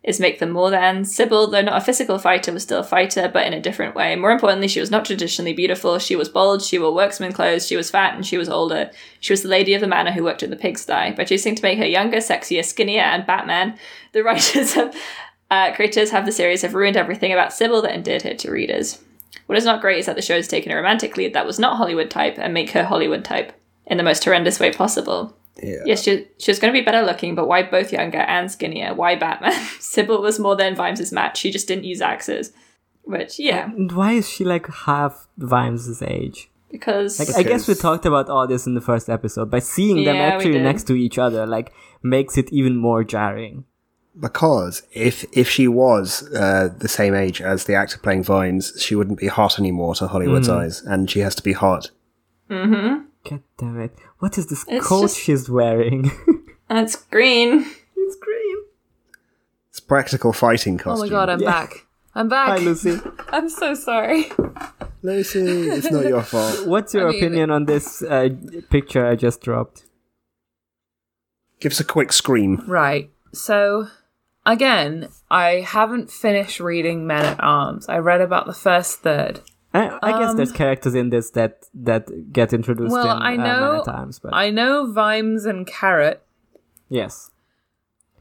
S2: is make them more than. Sybil, though not a physical fighter, was still a fighter, but in a different way. More importantly, she was not traditionally beautiful. She was bold, she wore worksman clothes, she was fat, and she was older. She was the lady of the manor who worked in the pigsty. By choosing to make her younger, sexier, skinnier, and Batman, the (laughs) writers have, uh, creators have the series have ruined everything about Sybil that endeared her to readers. What is not great is that the show has taken a romantic lead that was not Hollywood type and make her Hollywood type in the most horrendous way possible.
S5: Yeah.
S2: Yes, she, she was going to be better looking, but why both younger and skinnier? Why Batman? (laughs) Sybil was more than Vimes' match. She just didn't use axes. Which, yeah,
S3: And why is she like half Vimes' age?
S2: because.
S3: Like, I guess we
S5: Because-
S3: talked about all this in the first episode, but seeing them
S2: Yeah, we
S3: actually
S2: did.
S3: next to each other like makes it even more jarring.
S5: Because if if she was uh, the same age as the actor playing Vines, she wouldn't be hot anymore to
S2: Hmm.
S5: Hollywood's eyes, and she has to be hot.
S3: God damn it! What is this
S2: It's
S3: coat
S2: just-
S3: she's wearing? (laughs)
S2: That's green.
S3: it's green.
S5: It's practical fighting
S4: Oh
S5: costume.
S4: my god, I'm
S3: Yeah.
S4: back. I'm back.
S3: Hi, Lucy.
S4: I'm so sorry.
S5: Lucy, it's not your fault.
S4: (laughs)
S3: What's your
S4: I mean-
S3: opinion on this uh, picture I just dropped?
S5: Give us a quick scream.
S4: Right. So, again, I haven't finished reading Men at Arms. I read about the first third.
S3: I, I guess
S4: Um,
S3: there's characters in this that that get introduced
S4: Well,
S3: in
S4: I
S3: uh,
S4: know-
S3: many times, but
S4: I know Vimes and Carrot.
S3: yes,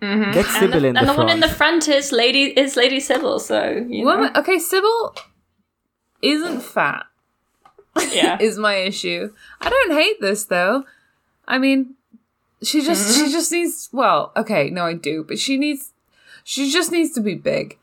S3: that's (laughs) Sybil in
S2: and
S3: the
S2: the one in
S3: front.
S2: the front is Lady is Lady Sybil, so you know.
S4: Woman- (laughs) okay, Sybil isn't fat,
S2: yeah.
S4: is my issue. I don't hate this, though. I mean, she just
S3: Mm-hmm.
S4: she just needs well okay no i do but she needs she just needs to be big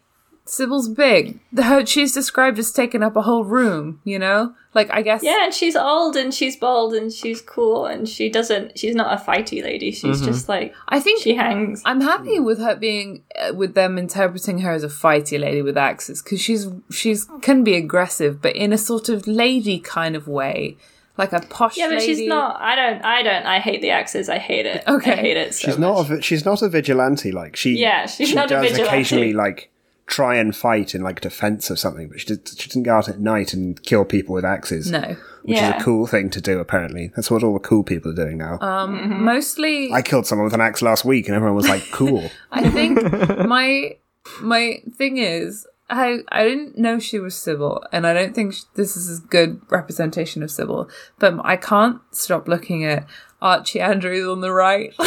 S4: sybil's big her she's described as taking up a whole room you know like i guess
S2: Yeah, and she's old and she's bold and she's cool and she doesn't she's not a fighty lady. She's just like
S4: i think
S2: she hangs.
S4: I'm happy
S3: Hmm.
S4: with her being uh, with them interpreting her as a fighty lady with axes because she's she's can be aggressive, but in a sort of lady kind of way, like a posh.
S2: Yeah, but she's
S4: lady.
S2: not I don't I don't I hate the axes. I hate it. I
S4: Okay.
S2: hate it. So
S5: She's not a vi- she's not a vigilante. Like she
S2: Yeah, she's
S5: she
S2: not a
S5: does
S2: vigilante.
S5: occasionally like try and fight in like defense of something, but she does, she doesn't go out at night and kill people with axes.
S4: No,
S5: which
S2: yeah.
S5: is a cool thing to do. Apparently, that's what all the cool people are doing now.
S4: um,
S3: Mm-hmm.
S4: mostly.
S5: I killed someone with an axe last week, and everyone was like, "Cool."
S4: I
S3: (laughs)
S4: think my my thing is I I didn't know she was Sybil, and I don't think sh- this is a good representation of Sybil. But I can't stop looking at Archie Andrews on the right. (laughs)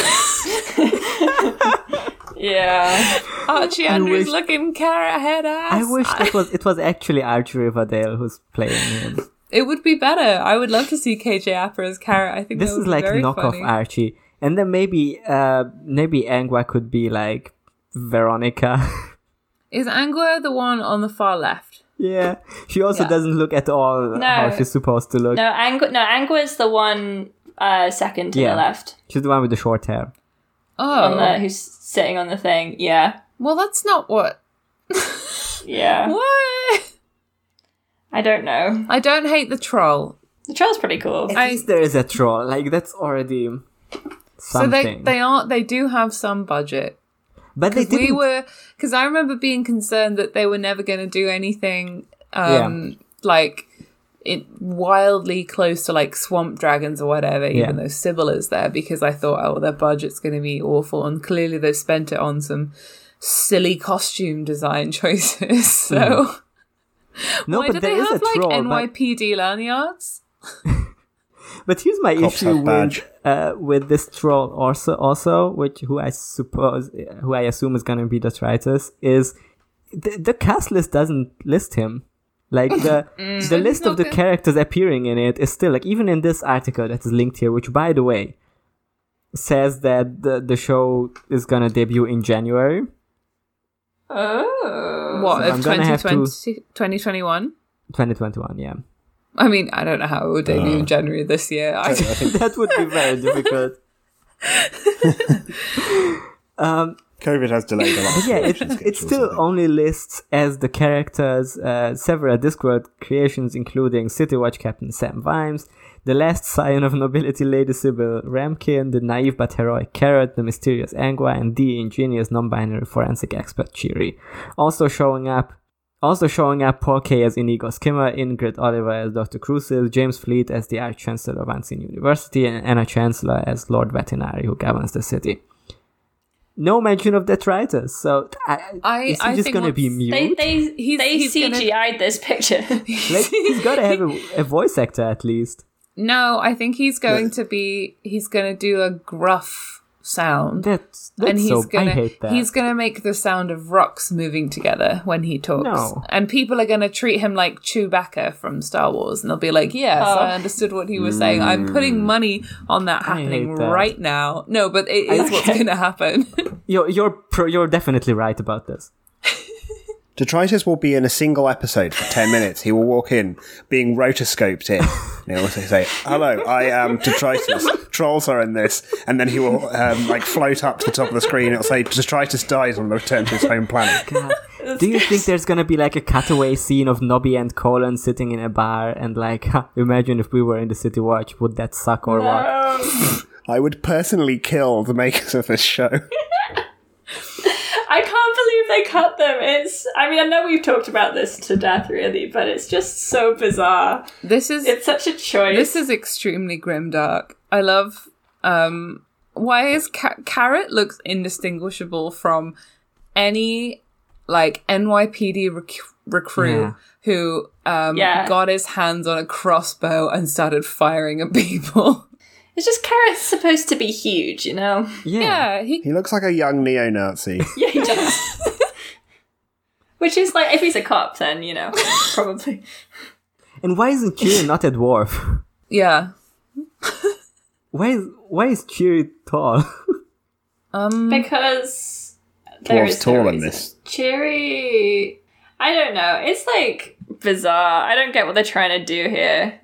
S2: Yeah.
S4: Archie Andrews
S3: wish-
S4: looking carrot head ass.
S3: I wish it was it was actually Archie Riverdale who's playing him.
S4: It would be better. I would love to see KJ Apper as Carrot. I think
S3: this
S4: that would
S3: is
S4: be
S3: like
S4: very
S3: knockoff
S4: funny.
S3: Archie, and then maybe uh maybe Angua could be like Veronica. (laughs)
S4: Is Angua the one on the far left?
S3: yeah, she also
S4: Yeah.
S3: doesn't look at all how
S2: No.
S3: she's supposed to look.
S2: No, Ang no, Angua is the one uh second to
S3: Yeah.
S2: the left.
S3: She's the one with the short hair.
S4: Oh,
S2: On the, who's sitting on the thing. Yeah.
S4: well, that's not what.
S2: Yeah.
S4: What?
S2: I don't know.
S4: I don't hate the troll.
S2: The troll's pretty cool.
S4: I-
S3: At least there is a troll. Like that's already something.
S4: So they they are they do have some budget.
S3: but they
S4: 'Cause
S3: didn't.
S4: we were because I remember being concerned that they were never going to do anything um like it wildly close to like swamp dragons or whatever
S3: Yeah.
S4: even though Sybil is there because I thought oh their budget's going to be awful and clearly they've spent it on some silly costume design (laughs) choices so
S3: Hmm. no,
S4: why
S3: but
S4: do
S3: there
S4: they
S3: is
S4: have
S3: a
S4: like
S3: troll. but-
S4: NYPD lanyards
S3: But here's my
S5: Cops
S3: issue
S5: have
S3: with
S5: badge.
S3: uh, with this troll also also which who I suppose who I assume is gonna be Detritus is the, the cast list doesn't list him. Like the the list of the
S4: Okay.
S3: characters appearing in it is still like even in this article that is linked here, which by the way says that the the show is gonna debut in January.
S2: Oh.
S4: what
S3: So
S4: of
S3: I'm gonna have to-
S4: 2020 2021
S3: Twenty twenty one, yeah.
S4: I mean I don't know how it will debut
S5: Uh.
S4: in January this year (laughs)
S3: uh,
S4: I (laughs)
S3: that would be very difficult. um
S5: COVID has delayed a lot.
S3: But yeah, it, it still only lists as the characters uh, several Discworld creations, including City Watch Captain Sam Vimes, the last scion of nobility Lady Sybil Ramkin, the naive but heroic Carrot, the mysterious Angua, and the ingenious non-binary forensic expert Chiri. Also showing up. Also showing up Paul Kay as Inigo Skimmer, Ingrid Oliver as Dr. Crucible, James Fleet as the Arch Chancellor of Unseen University, and Anna Chancellor as Lord Veterinary who governs the city. no mention of detritus. So I,
S4: I-
S3: is he
S4: I
S3: just
S4: think
S3: gonna be
S4: once
S3: mute?
S4: (laughs)
S2: They they
S4: He's-
S2: they
S4: he's gonna-
S2: CGI'd this
S4: (laughs)
S2: picture. (laughs)
S3: Like, he's got to have a, a voice actor at least.
S4: No, I think he's going to be. He's going to do a gruff sound.
S3: That's that's
S4: and he's
S3: so.
S4: gonna
S3: I hate that.
S4: he's gonna make the sound of rocks moving together when he talks,
S3: No.
S4: and people are gonna treat him like Chewbacca from Star Wars, and they'll be like, "Yes,
S2: Oh.
S4: I understood what he was saying. I'm putting money on that
S3: Mm. I hate
S4: happening
S3: that.
S4: right now." No, but it is what's gonna happen. (laughs)
S3: You're you're pro, you're definitely right about this.
S5: Detritus will be in a single episode for 10 minutes. He will walk in, being rotoscoped in. And he'll also say, Hello, I am Detritus. Trolls are in this. And then he will um, like float up to the top of the screen. It'll say, Detritus dies on the return to his home planet.
S4: (laughs)
S3: Do you think there's gonna be like a cutaway scene of Nobby and Colin sitting in a bar and like, (laughs) "Ha, imagine if we were in the City Watch, would that suck or what?
S5: I would personally kill the makers of this show.
S2: I can't believe they cut them. It's I mean I know we've talked about this to death really, but it's just so bizarre.
S4: this is
S2: It's such a choice.
S4: this is extremely grimdark. I love. um Why is Ca- Carrot looks indistinguishable from any like NYPD rec- recruit
S3: Yeah.
S4: who um
S2: Yeah.
S4: got his hands on a crossbow and started firing at people? (laughs)
S2: It's just carrots supposed to be huge, you know.
S3: Yeah.
S4: yeah, he.
S5: He looks like a young neo Nazi.
S2: Yeah, he does. (laughs) Which is like if he's a cop, then you
S4: (laughs)
S2: know probably.
S3: And why isn't Chewie not a dwarf?
S4: Yeah.
S3: (laughs) Why is why is Chewie tall? (laughs)
S4: Um.
S2: Because there
S5: Dwarves
S2: is no
S5: Mm. tall in
S2: reason.
S5: this.
S2: Cherry. I don't know. It's like bizarre. I don't get what they're trying to do here.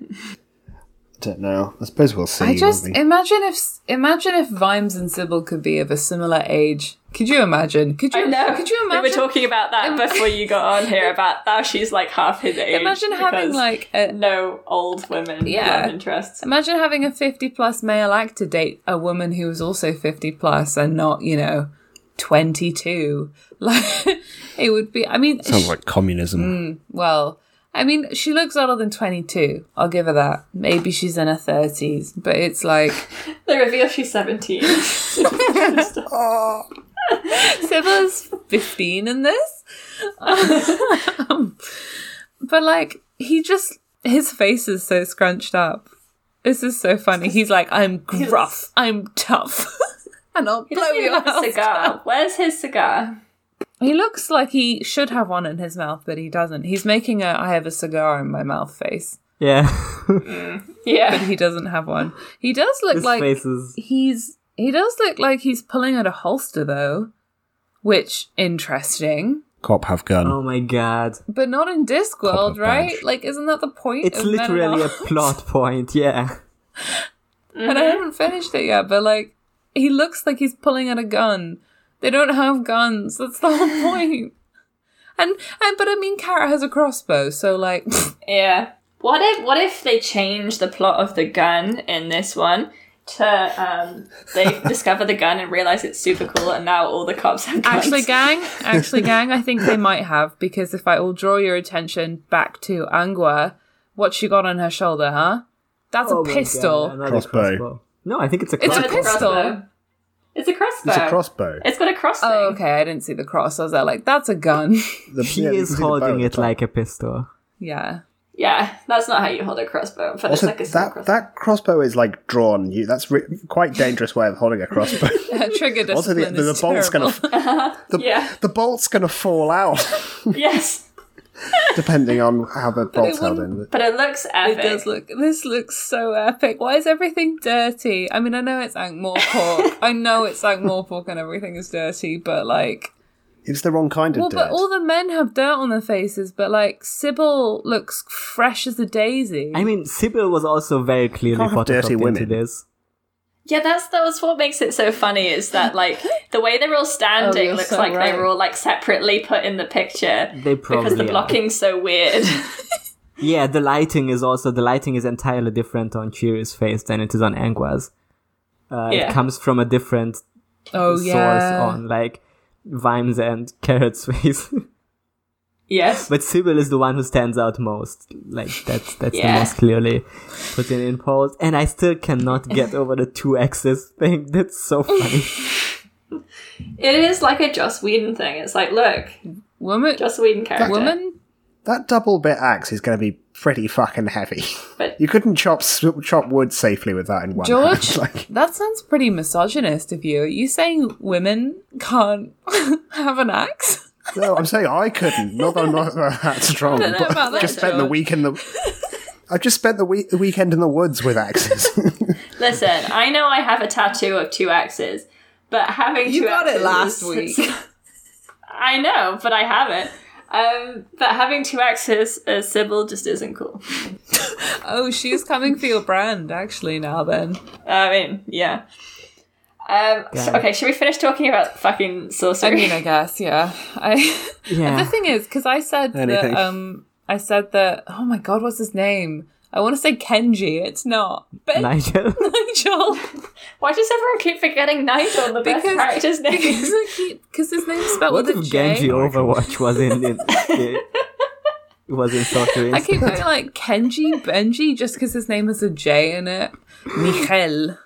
S5: Don't know. I suppose we'll see.
S4: I just
S5: won't we?
S4: imagine if imagine if Vimes and Sybil could be of a similar age. Could you imagine? Could you?
S2: I know.
S4: Could you
S2: We
S4: imagine?
S2: were talking about that before you got on here about how she's like half his age.
S4: imagine having
S2: because
S4: like a,
S2: no old women
S4: Yeah.
S2: love interests.
S4: Imagine having a 50 plus male actor date a woman who was also 50 plus and not, you know, 22. (laughs) Like, it would be, I mean,
S5: Sounds
S4: sh-
S5: like
S3: Hmm.
S5: communism.
S4: well, I mean, she looks older than 22. I'll give her that. Maybe she's in her 30s, but it's like, (laughs)
S2: They reveal she's seventeen.
S4: Sybil's 15 in this. Um, but like, he just, his face is so scrunched up. This is so funny. He's like, I'm gruff, I'm tough. (laughs) And I'll
S2: he
S4: (laughs) blow
S2: doesn't even
S4: your
S2: have a
S4: house
S2: cigar. Where's his cigar?
S4: He looks like he should have one in his mouth, but he doesn't. He's making a I have a cigar in my mouth face,
S3: yeah.
S4: but
S2: Yeah.
S4: he doesn't have one. He does look
S3: His
S4: like
S3: face is
S4: he's he does look like he's pulling at a holster though, which interesting,
S5: Cop have gun.
S3: Oh my god.
S4: but not in Discworld,
S5: Proper
S4: right?
S5: badge.
S4: Like, isn't that the point?
S3: It's
S4: of Men at
S3: literally a
S4: (laughs) Arms?
S3: plot point, yeah.
S4: and I haven't finished it yet. But like, he looks like he's pulling at a gun. They don't have guns. That's the
S3: (laughs)
S4: whole point. And and but I mean, Carrot has a crossbow, so like.
S2: Yeah. What if what if they change the plot of the gun in this one to um,
S5: (laughs)
S2: they discover the gun and realize it's super cool and now all the cops have guns. (laughs)
S4: Actually, gang,
S5: (laughs)
S4: actually, gang, I think they might have because if I will draw your attention back to Angua, what she got on her shoulder, huh? That's
S3: Oh
S4: a
S3: my
S4: pistol.
S3: God, another
S5: Crossbow.
S3: No, I think it's a
S4: It's
S3: crossbow.
S4: a
S2: No, it's
S4: pistol.
S2: crossbow. It's a crossbow.
S5: It's a crossbow.
S2: It's got a cross thing.
S4: oh, okay. I didn't see the cross. I was there like, that's a gun. (laughs)
S5: The-
S3: She
S5: yeah, you can
S3: is
S5: see the bow at
S3: holding
S5: the
S3: it
S5: top.
S3: like a pistol.
S5: (laughs)
S4: yeah.
S2: Yeah, that's not how you hold a crossbow, but
S5: Also,
S2: it's like a small
S5: that
S2: crossbow.
S5: that crossbow is like drawn. You, that's re- quite dangerous way of holding
S4: (laughs)
S5: a crossbow.
S4: Trigger discipline
S5: also, the, the,
S4: is
S5: the bolt's
S4: terrible.
S5: gonna (laughs)
S4: (laughs)
S5: f- the,
S2: Yeah.
S5: the bolt's gonna fall out (laughs)
S2: yes,
S5: depending on how the bolt's held in.
S2: but it looks
S4: It
S2: epic.
S4: does look. This looks so epic. Why is everything dirty? I mean, I know it's
S5: (laughs)
S4: Ankh-Morpork. I know it's Ankh-Morpork and everything is dirty, but like,
S5: It's the wrong kind of
S4: Well,
S5: dirt.
S4: but all the men have dirt on their faces, but like Sybil looks fresh as a daisy.
S3: I mean, Sybil was also very clearly
S5: Can't have
S3: photoshopped
S5: dirty
S3: into
S5: women.
S3: this.
S2: Yeah, that's that was what makes it so funny is that
S4: (laughs)
S2: like the way they're all
S4: Oh,
S2: standing
S4: you're
S2: looks
S4: so
S2: like
S4: right.
S2: they were all like separately put in the picture
S3: They
S2: because the
S3: probably are.
S2: blocking's so weird. (laughs)
S3: Yeah, the lighting is also the lighting is entirely different on Chiri's face than it is on Angua's. Uh,
S2: Yeah.
S3: It comes from a different
S4: oh
S3: source
S4: yeah,
S3: on like Vimes and (laughs) Carrot's face,
S2: yes,
S3: but Sybil is the one who stands out most. Like that's that's
S2: Yeah.
S3: the most clearly put in (laughs)
S4: (laughs)
S3: in polls. And I still cannot get over the two axis thing. That's so funny.
S2: It is like a Joss Whedon thing. It's like, look,
S4: woman,
S2: Joss Whedon character.
S3: (laughs)
S4: woman.
S5: That double bit axe is going to be pretty fucking heavy. (laughs)
S2: But-
S5: you couldn't chop s- chop wood safely with that in one.
S4: George,
S3: (laughs)
S5: hand, (laughs) like,
S4: that sounds pretty misogynist of you. Are you saying women can't (laughs) have an axe?
S5: no, I'm saying I couldn't. Not that I'm not
S4: (laughs)
S5: that strong.
S4: I don't know
S5: but
S4: about that,
S5: just spent the
S4: George.
S5: week in
S4: (laughs)
S5: the. I just spent the, week the weekend in the woods with axes.
S2: Listen, I know I have a tattoo of two axes, but having
S4: You
S2: two
S4: got it
S2: axes
S4: last
S2: is-
S4: week.
S2: (laughs) I know, but I haven't. Um, but having two axes as Sybil just isn't cool.
S4: Oh, she's coming for your brand, actually, now then.
S2: I mean, yeah. Um, so- okay, should we finish talking about fucking
S4: I
S2: sorcery?
S4: mean, I guess, yeah. I. (laughs) The
S3: Yeah.
S4: thing is, because I said
S5: Anything.
S4: that, um, I said that, oh my god, what's his name? I want to say Kenji, it's not. But
S3: Nigel.
S4: (laughs) Nigel.
S2: (laughs) Why does everyone keep forgetting Nigel, the best
S4: Because-
S2: character's name?
S4: (laughs) Because I keep- 'cause his name's spelled
S3: What if
S4: with a J.
S3: (laughs) Genji Overwatch was in
S4: (laughs)
S3: in- in- was in soccer?
S4: I
S3: instead?
S4: keep going like Kenji, Benji, just because his name has a J in it. Nigel.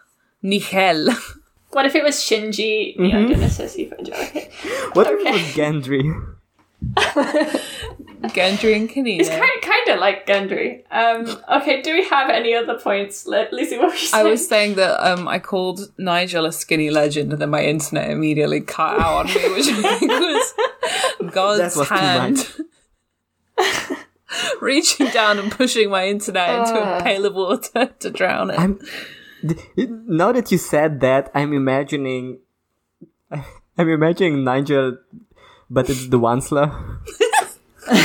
S4: Nigel.
S2: What if it was Shinji Neon
S4: Mm-hmm.
S2: Genesis Evangelion?
S3: What if
S2: okay.
S3: it was Gendry?
S4: Gendry and
S2: It's (laughs)
S4: Kanina.
S2: kind, kind of like Gendry. Um, okay, do we have any other points? Li- Lizzie, what were you
S4: I
S2: saying?
S4: was saying that um, I called Nigel a skinny legend, and then my internet immediately cut out on me, which I
S3: (laughs)
S4: think was God's
S3: was too
S4: hand (laughs) reaching down and pushing my internet into a pail of water (laughs) to drown it.
S3: Ah. I'm now that you said that, I'm imagining, (laughs) I'm imagining Nigel, but it's the Wansler.
S2: (laughs)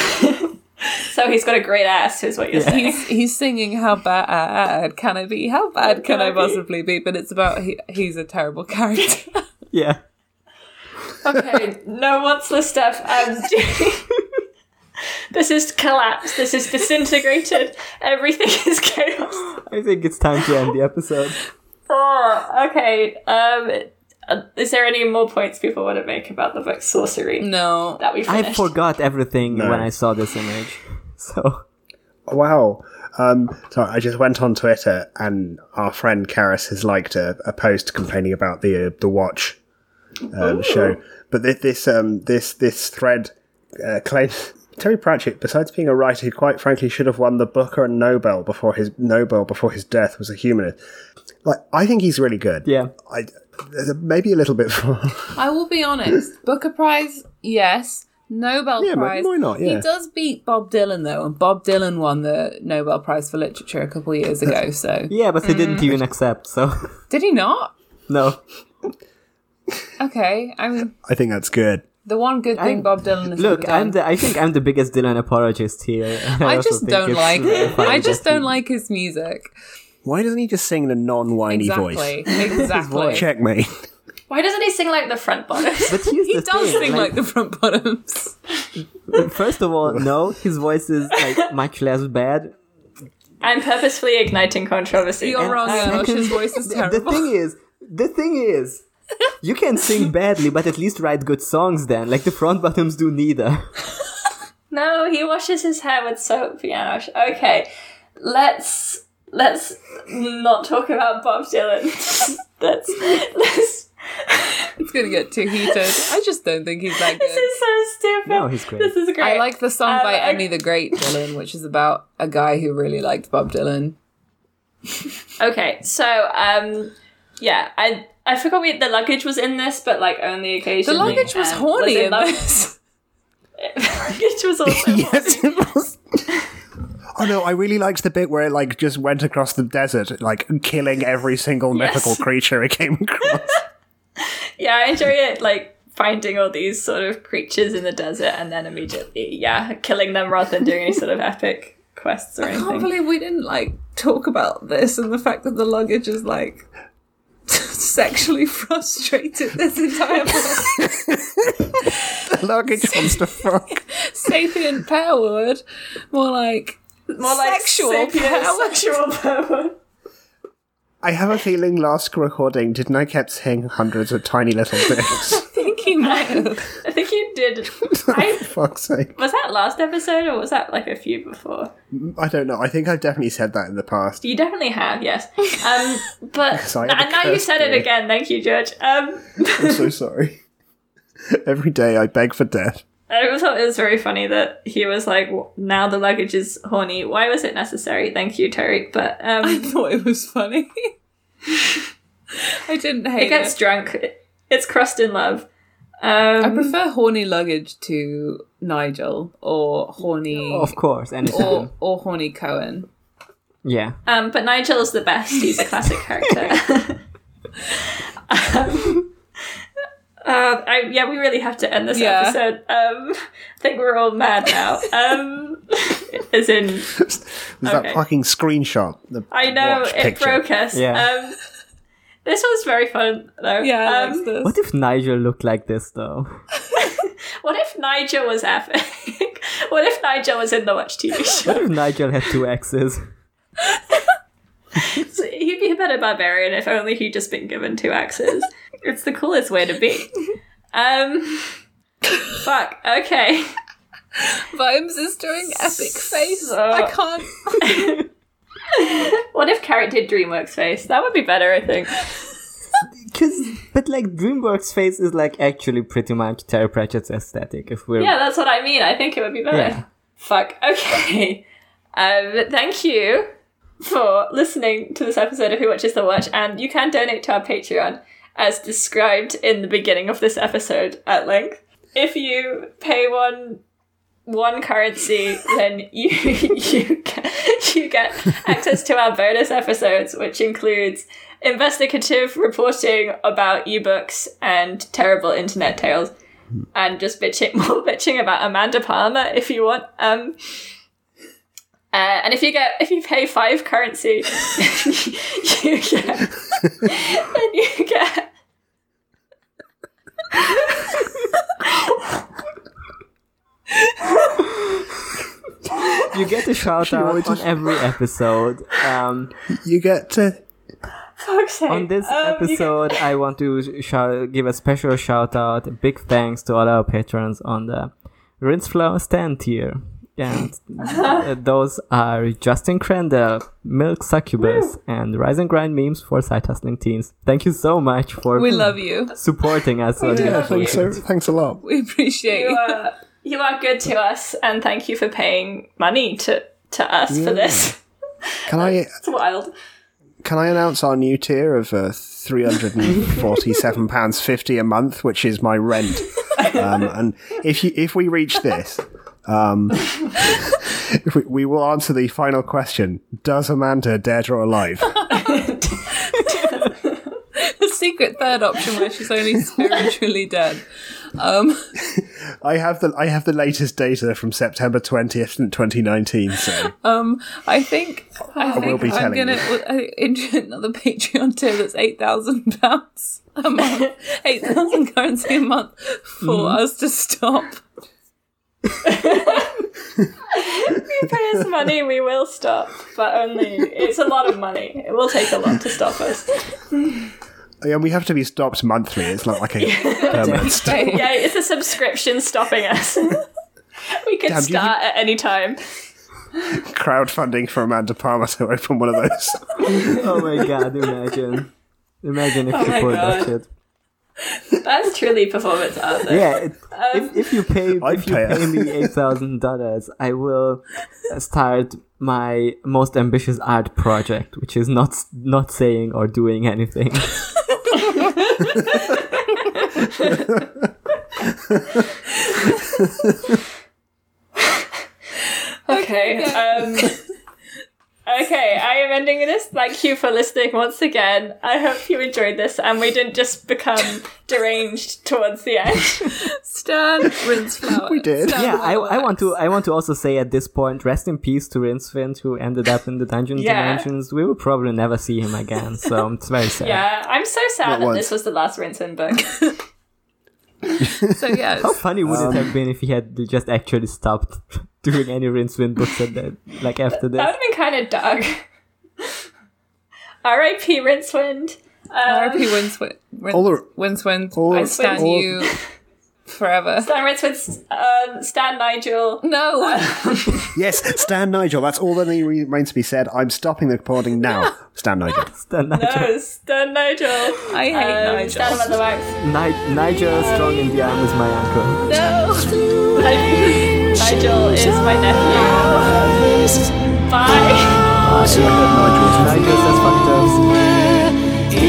S2: So he's got a great ass, is what you're saying.
S4: (laughs) he's he's singing how bad can I be? How bad can I possibly be? But it's about he, he's a terrible character.
S3: (laughs)
S4: (laughs)
S3: Yeah.
S2: Okay, (laughs) no what's the stuff. Um, (laughs) do- this is collapse. This is disintegrated. (laughs) Everything is chaos. (laughs)
S3: I think it's time to end the episode.
S2: Oh, okay. Um, uh, is there any more points people want to make about the book sorcery
S4: Mm. no,
S2: that we
S3: I
S2: finished?
S3: forgot everything
S5: No.
S3: when I saw this image. (laughs) So
S5: wow. Um, so I just went on Twitter and our friend Karis has liked a, a post complaining about the uh, the watch um, show, but this this um, this, this thread uh, claims. (laughs) Terry Pratchett, besides being a writer who quite frankly should have won the Booker and Nobel before his Nobel before his death, was a humanist. Like I think he's really good.
S3: yeah,
S5: I, there's a- maybe a little bit (laughs) for
S4: I will
S3: (laughs)
S4: be honest. Booker Prize, yes. Nobel
S5: Yeah, but
S4: Prize,
S5: why not? Yeah.
S4: He does beat Bob Dylan though, and Bob Dylan won the Nobel Prize for Literature a couple
S3: (laughs)
S4: years ago. So
S3: yeah, but he
S4: Mm.
S3: didn't even accept. So (laughs)
S4: did he not?
S3: no,
S4: Okay, I mean
S5: I think that's good.
S4: the one good thing
S3: I-
S4: Bob Dylan has
S3: look,
S4: ever
S3: I'm
S4: done.
S3: the. I think I'm the biggest Dylan apologist here. (laughs)
S4: I
S3: also
S4: just
S3: think
S4: don't
S3: it's
S4: like
S3: really
S4: him.
S3: (laughs) funny
S4: I just
S3: that he-
S4: don't like his music.
S5: Why doesn't he just sing in a non-whiny (laughs) voice?
S4: Exactly. Exactly.
S5: Checkmate.
S2: Why doesn't he sing like the front bottoms?
S3: But here's
S4: (laughs) He
S3: the
S4: does
S3: thing,
S4: sing like the front bottoms.
S3: First of all, no, his voice is
S4: (laughs)
S3: like much less bad.
S2: (laughs) I'm purposefully igniting controversy.
S4: You're wrong,
S3: (laughs)
S4: Anosh. His voice is
S3: The- The
S4: terrible. (laughs)
S3: thing is, the thing is, you can sing badly, but at least write good songs. Then, like the front bottoms do neither.
S2: No, he washes his hair with soap, Janosch. Okay, let's let's not talk about Bob Dylan. (laughs) That's let's.
S4: It's gonna get too heated. I just don't think he's
S3: (laughs)
S4: that
S2: This
S4: good.
S2: is so stupid.
S3: No, he's great.
S2: This is great.
S4: I like the song
S2: Um,
S4: by
S2: I-
S4: Emmy the Great Dylan, which is about a guy who really liked Bob Dylan.
S2: Okay, so um, yeah, I I forgot we the luggage was in this, but like only
S4: The
S2: occasionally.
S4: luggage was
S2: um,
S4: horny
S2: in
S4: in
S2: love-
S4: this.
S2: (laughs) luggage was
S3: (laughs)
S2: also.
S5: yes, it was. (laughs) Oh no, I really liked the bit where it like just went across the desert, like killing every single mythical creature it came across. (laughs)
S2: Yeah, I enjoy it. Like finding all these sort of creatures in the desert and then immediately, yeah, killing them rather than doing any sort of epic quests or
S4: I
S2: anything.
S4: can't believe we didn't like talk about this and the fact that the luggage is like (laughs) sexually frustrated
S2: (laughs)
S4: this entire book.
S5: the luggage wants to fuck.
S4: sapient Powerwood. More like
S2: More like
S4: Sexual
S2: sapient
S4: (laughs) power.
S2: sexual power.
S5: I have a feeling last recording, didn't I kept saying hundreds of tiny little
S2: (laughs)
S5: dicks?
S2: I think you might have. I think you
S4: (laughs)
S2: did. I,
S5: Fuck's sake.
S2: was that last episode or was that like a few before?
S5: I don't know. I think I've definitely said that in the past.
S2: You definitely have, yes. Um,
S4: (laughs)
S2: but
S5: I had a
S2: and now you
S5: curse
S2: said it
S5: day.
S2: again. Thank you, George. Um,
S5: I'm so sorry. (laughs) Every day I beg for death.
S2: I thought it was very funny that he was like, "W- "Now the luggage is horny. Why was it necessary?" Thank you, Tariq. But
S4: I
S2: um,
S4: thought it was funny. I didn't hate
S2: it gets
S4: it.
S2: drunk. It- It's crust in love.
S4: I
S2: Um,
S4: prefer horny luggage to Nigel or horny
S3: Of course, anytime.
S4: Mm. or, or horny Cohen.
S3: Yeah.
S2: um, but Nigel is the best. He's a classic
S4: (laughs)
S2: character. Um, uh, I, yeah, we really have to end this
S4: Yeah.
S2: episode. Um, I think we're all mad now. Um, as in,
S5: There's
S2: Okay.
S5: that fucking screenshot. The
S2: I know
S5: watch
S2: it
S5: picture.
S2: broke us.
S3: Yeah.
S2: Um, this was very fun though.
S4: Yeah, I
S2: Um,
S4: liked this.
S3: What if Nigel looked like this though?
S2: What if Nigel was epic? (laughs) what if Nigel was in the Watch TV show?
S3: What if Nigel had two exes?
S2: He'd be a better barbarian if only he'd just been given two axes. it's the coolest way to be. Um, fuck. Okay.
S4: Vimes is doing epic face.
S2: So-
S4: I can't.
S2: What if Carrot did DreamWorks face? That would be better, I think.
S3: (laughs) Cause, but like DreamWorks face is like actually pretty much Terry Pratchett's aesthetic. If we're
S2: Yeah, that's what I mean. I think it would be better.
S3: Yeah.
S2: Fuck. (laughs) Okay. Um, thank you for listening to this episode of Who Watches the Watch, and you can donate to our Patreon as described in the beginning of this episode at length. If you pay one one
S3: (laughs)
S2: currency, then you you get, you get access to our bonus episodes, which includes investigative reporting about ebooks and terrible internet tales and just bitching (laughs) more bitching about Amanda Palmer if you want. Um, uh, and if you get if you pay five currency, (laughs) you get then you get.
S3: you get
S4: (laughs)
S3: a shout out on every episode. Um,
S5: You get to.
S2: Fuck's sake.
S3: on this
S2: Um, you get-
S3: episode, I want to shout, give a special shout out, a big thanks to all our patrons on the Rinse Flow Stand tier.
S2: (laughs)
S3: And uh, those are Justin Crandall, Milk Succubus, and Rise and Grind memes for side hustling teens. Thank you so much for
S4: We love you.
S2: (laughs)
S3: supporting us. on
S5: Yeah,
S3: this
S5: thanks, so, thanks a lot.
S4: We appreciate
S2: you
S4: you.
S2: are uh, you are good to us, and thank you for paying money to to us for this. (laughs)
S5: Can I
S2: It's wild.
S5: can I announce our new tier of uh, three hundred and forty-seven pounds fifty a month, which is my rent? Um, and if you, if we reach this, um, if we, we will answer the final question: Does Amanda dead or alive?
S4: The secret third option where she's only spiritually dead. Um,
S5: I have the I have the latest data from September twentieth, twenty nineteen. So
S4: um, I think I think
S5: will be
S4: I'm
S5: telling
S4: gonna I- into another (laughs) Patreon tier that's eight thousand pounds a month, eight thousand currency a month for us to stop.
S2: If you pay us money, we will stop, but only it's a lot of money. It will take a lot to stop us.
S5: yeah, we have to be stopped monthly. It's not like a permanent (laughs) stop.
S2: Yeah, it's a subscription stopping us. (laughs) we could
S5: Damn, do you
S2: start at any time.
S5: crowdfunding for Amanda Palmer to open one of those.
S3: Oh my god, imagine. Imagine if you
S2: Oh my
S3: poured that
S2: God.
S3: shit.
S2: That's truly performance art. though.
S3: Yeah, it, if, if you pay
S5: I'd
S3: if you
S5: pay it.
S3: pay me eight thousand dollars, I will start my most ambitious art project, which is not not saying or doing anything.
S2: Okay. Um, okay, I am ending this. Thank you for listening once again. I hope you enjoyed this and we didn't just become (laughs) deranged towards the end.
S4: Stan rinse flower. We
S5: did.
S3: yeah, I, I want to I want to also say at this point, rest in peace to Rinsfint, who ended up in the dungeon
S2: Yeah.
S3: dimensions. We will probably never see him again, so it's very sad.
S2: yeah, Uh, I'm so sad
S5: Not
S2: that
S5: once.
S2: this was the last Rinsen book.
S4: (laughs) So yeah,
S3: How
S4: it's-
S3: funny would it have been if he had just actually stopped (laughs) doing any Rinsfint books at that, like after
S2: That (laughs)
S3: this?
S2: would have been kind of dark. R.I.P. Rincewind. Um,
S4: R.I.P. Winswind. Win-
S5: All the-
S4: Winswind.
S5: all-
S4: I stand
S5: all-
S4: you
S2: (laughs)
S4: forever.
S2: Stan Rincewind, um, Stan
S5: (laughs)
S2: Nigel.
S4: (laughs) No.
S5: Yes, Stan Nigel. That's all that remains to be said. I'm stopping the recording now. Stan Nigel.
S3: Stan Nigel.
S2: No, Stan Nigel.
S4: I hate
S2: um,
S4: Nigel.
S2: Stan about the wax.
S3: Ni- Nigel Strong in the Arm is my uncle.
S2: Ni- Nigel is my nephew. Bye.
S3: Nigel says fuck those.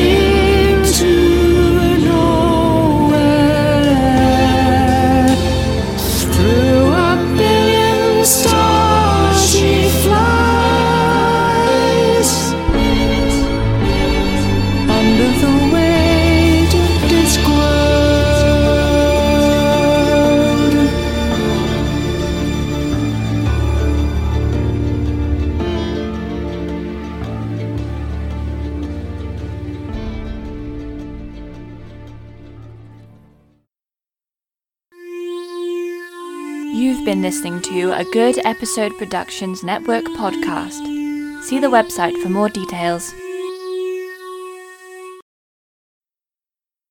S11: You've been listening to a Good Episode Productions Network podcast. See the website for more details.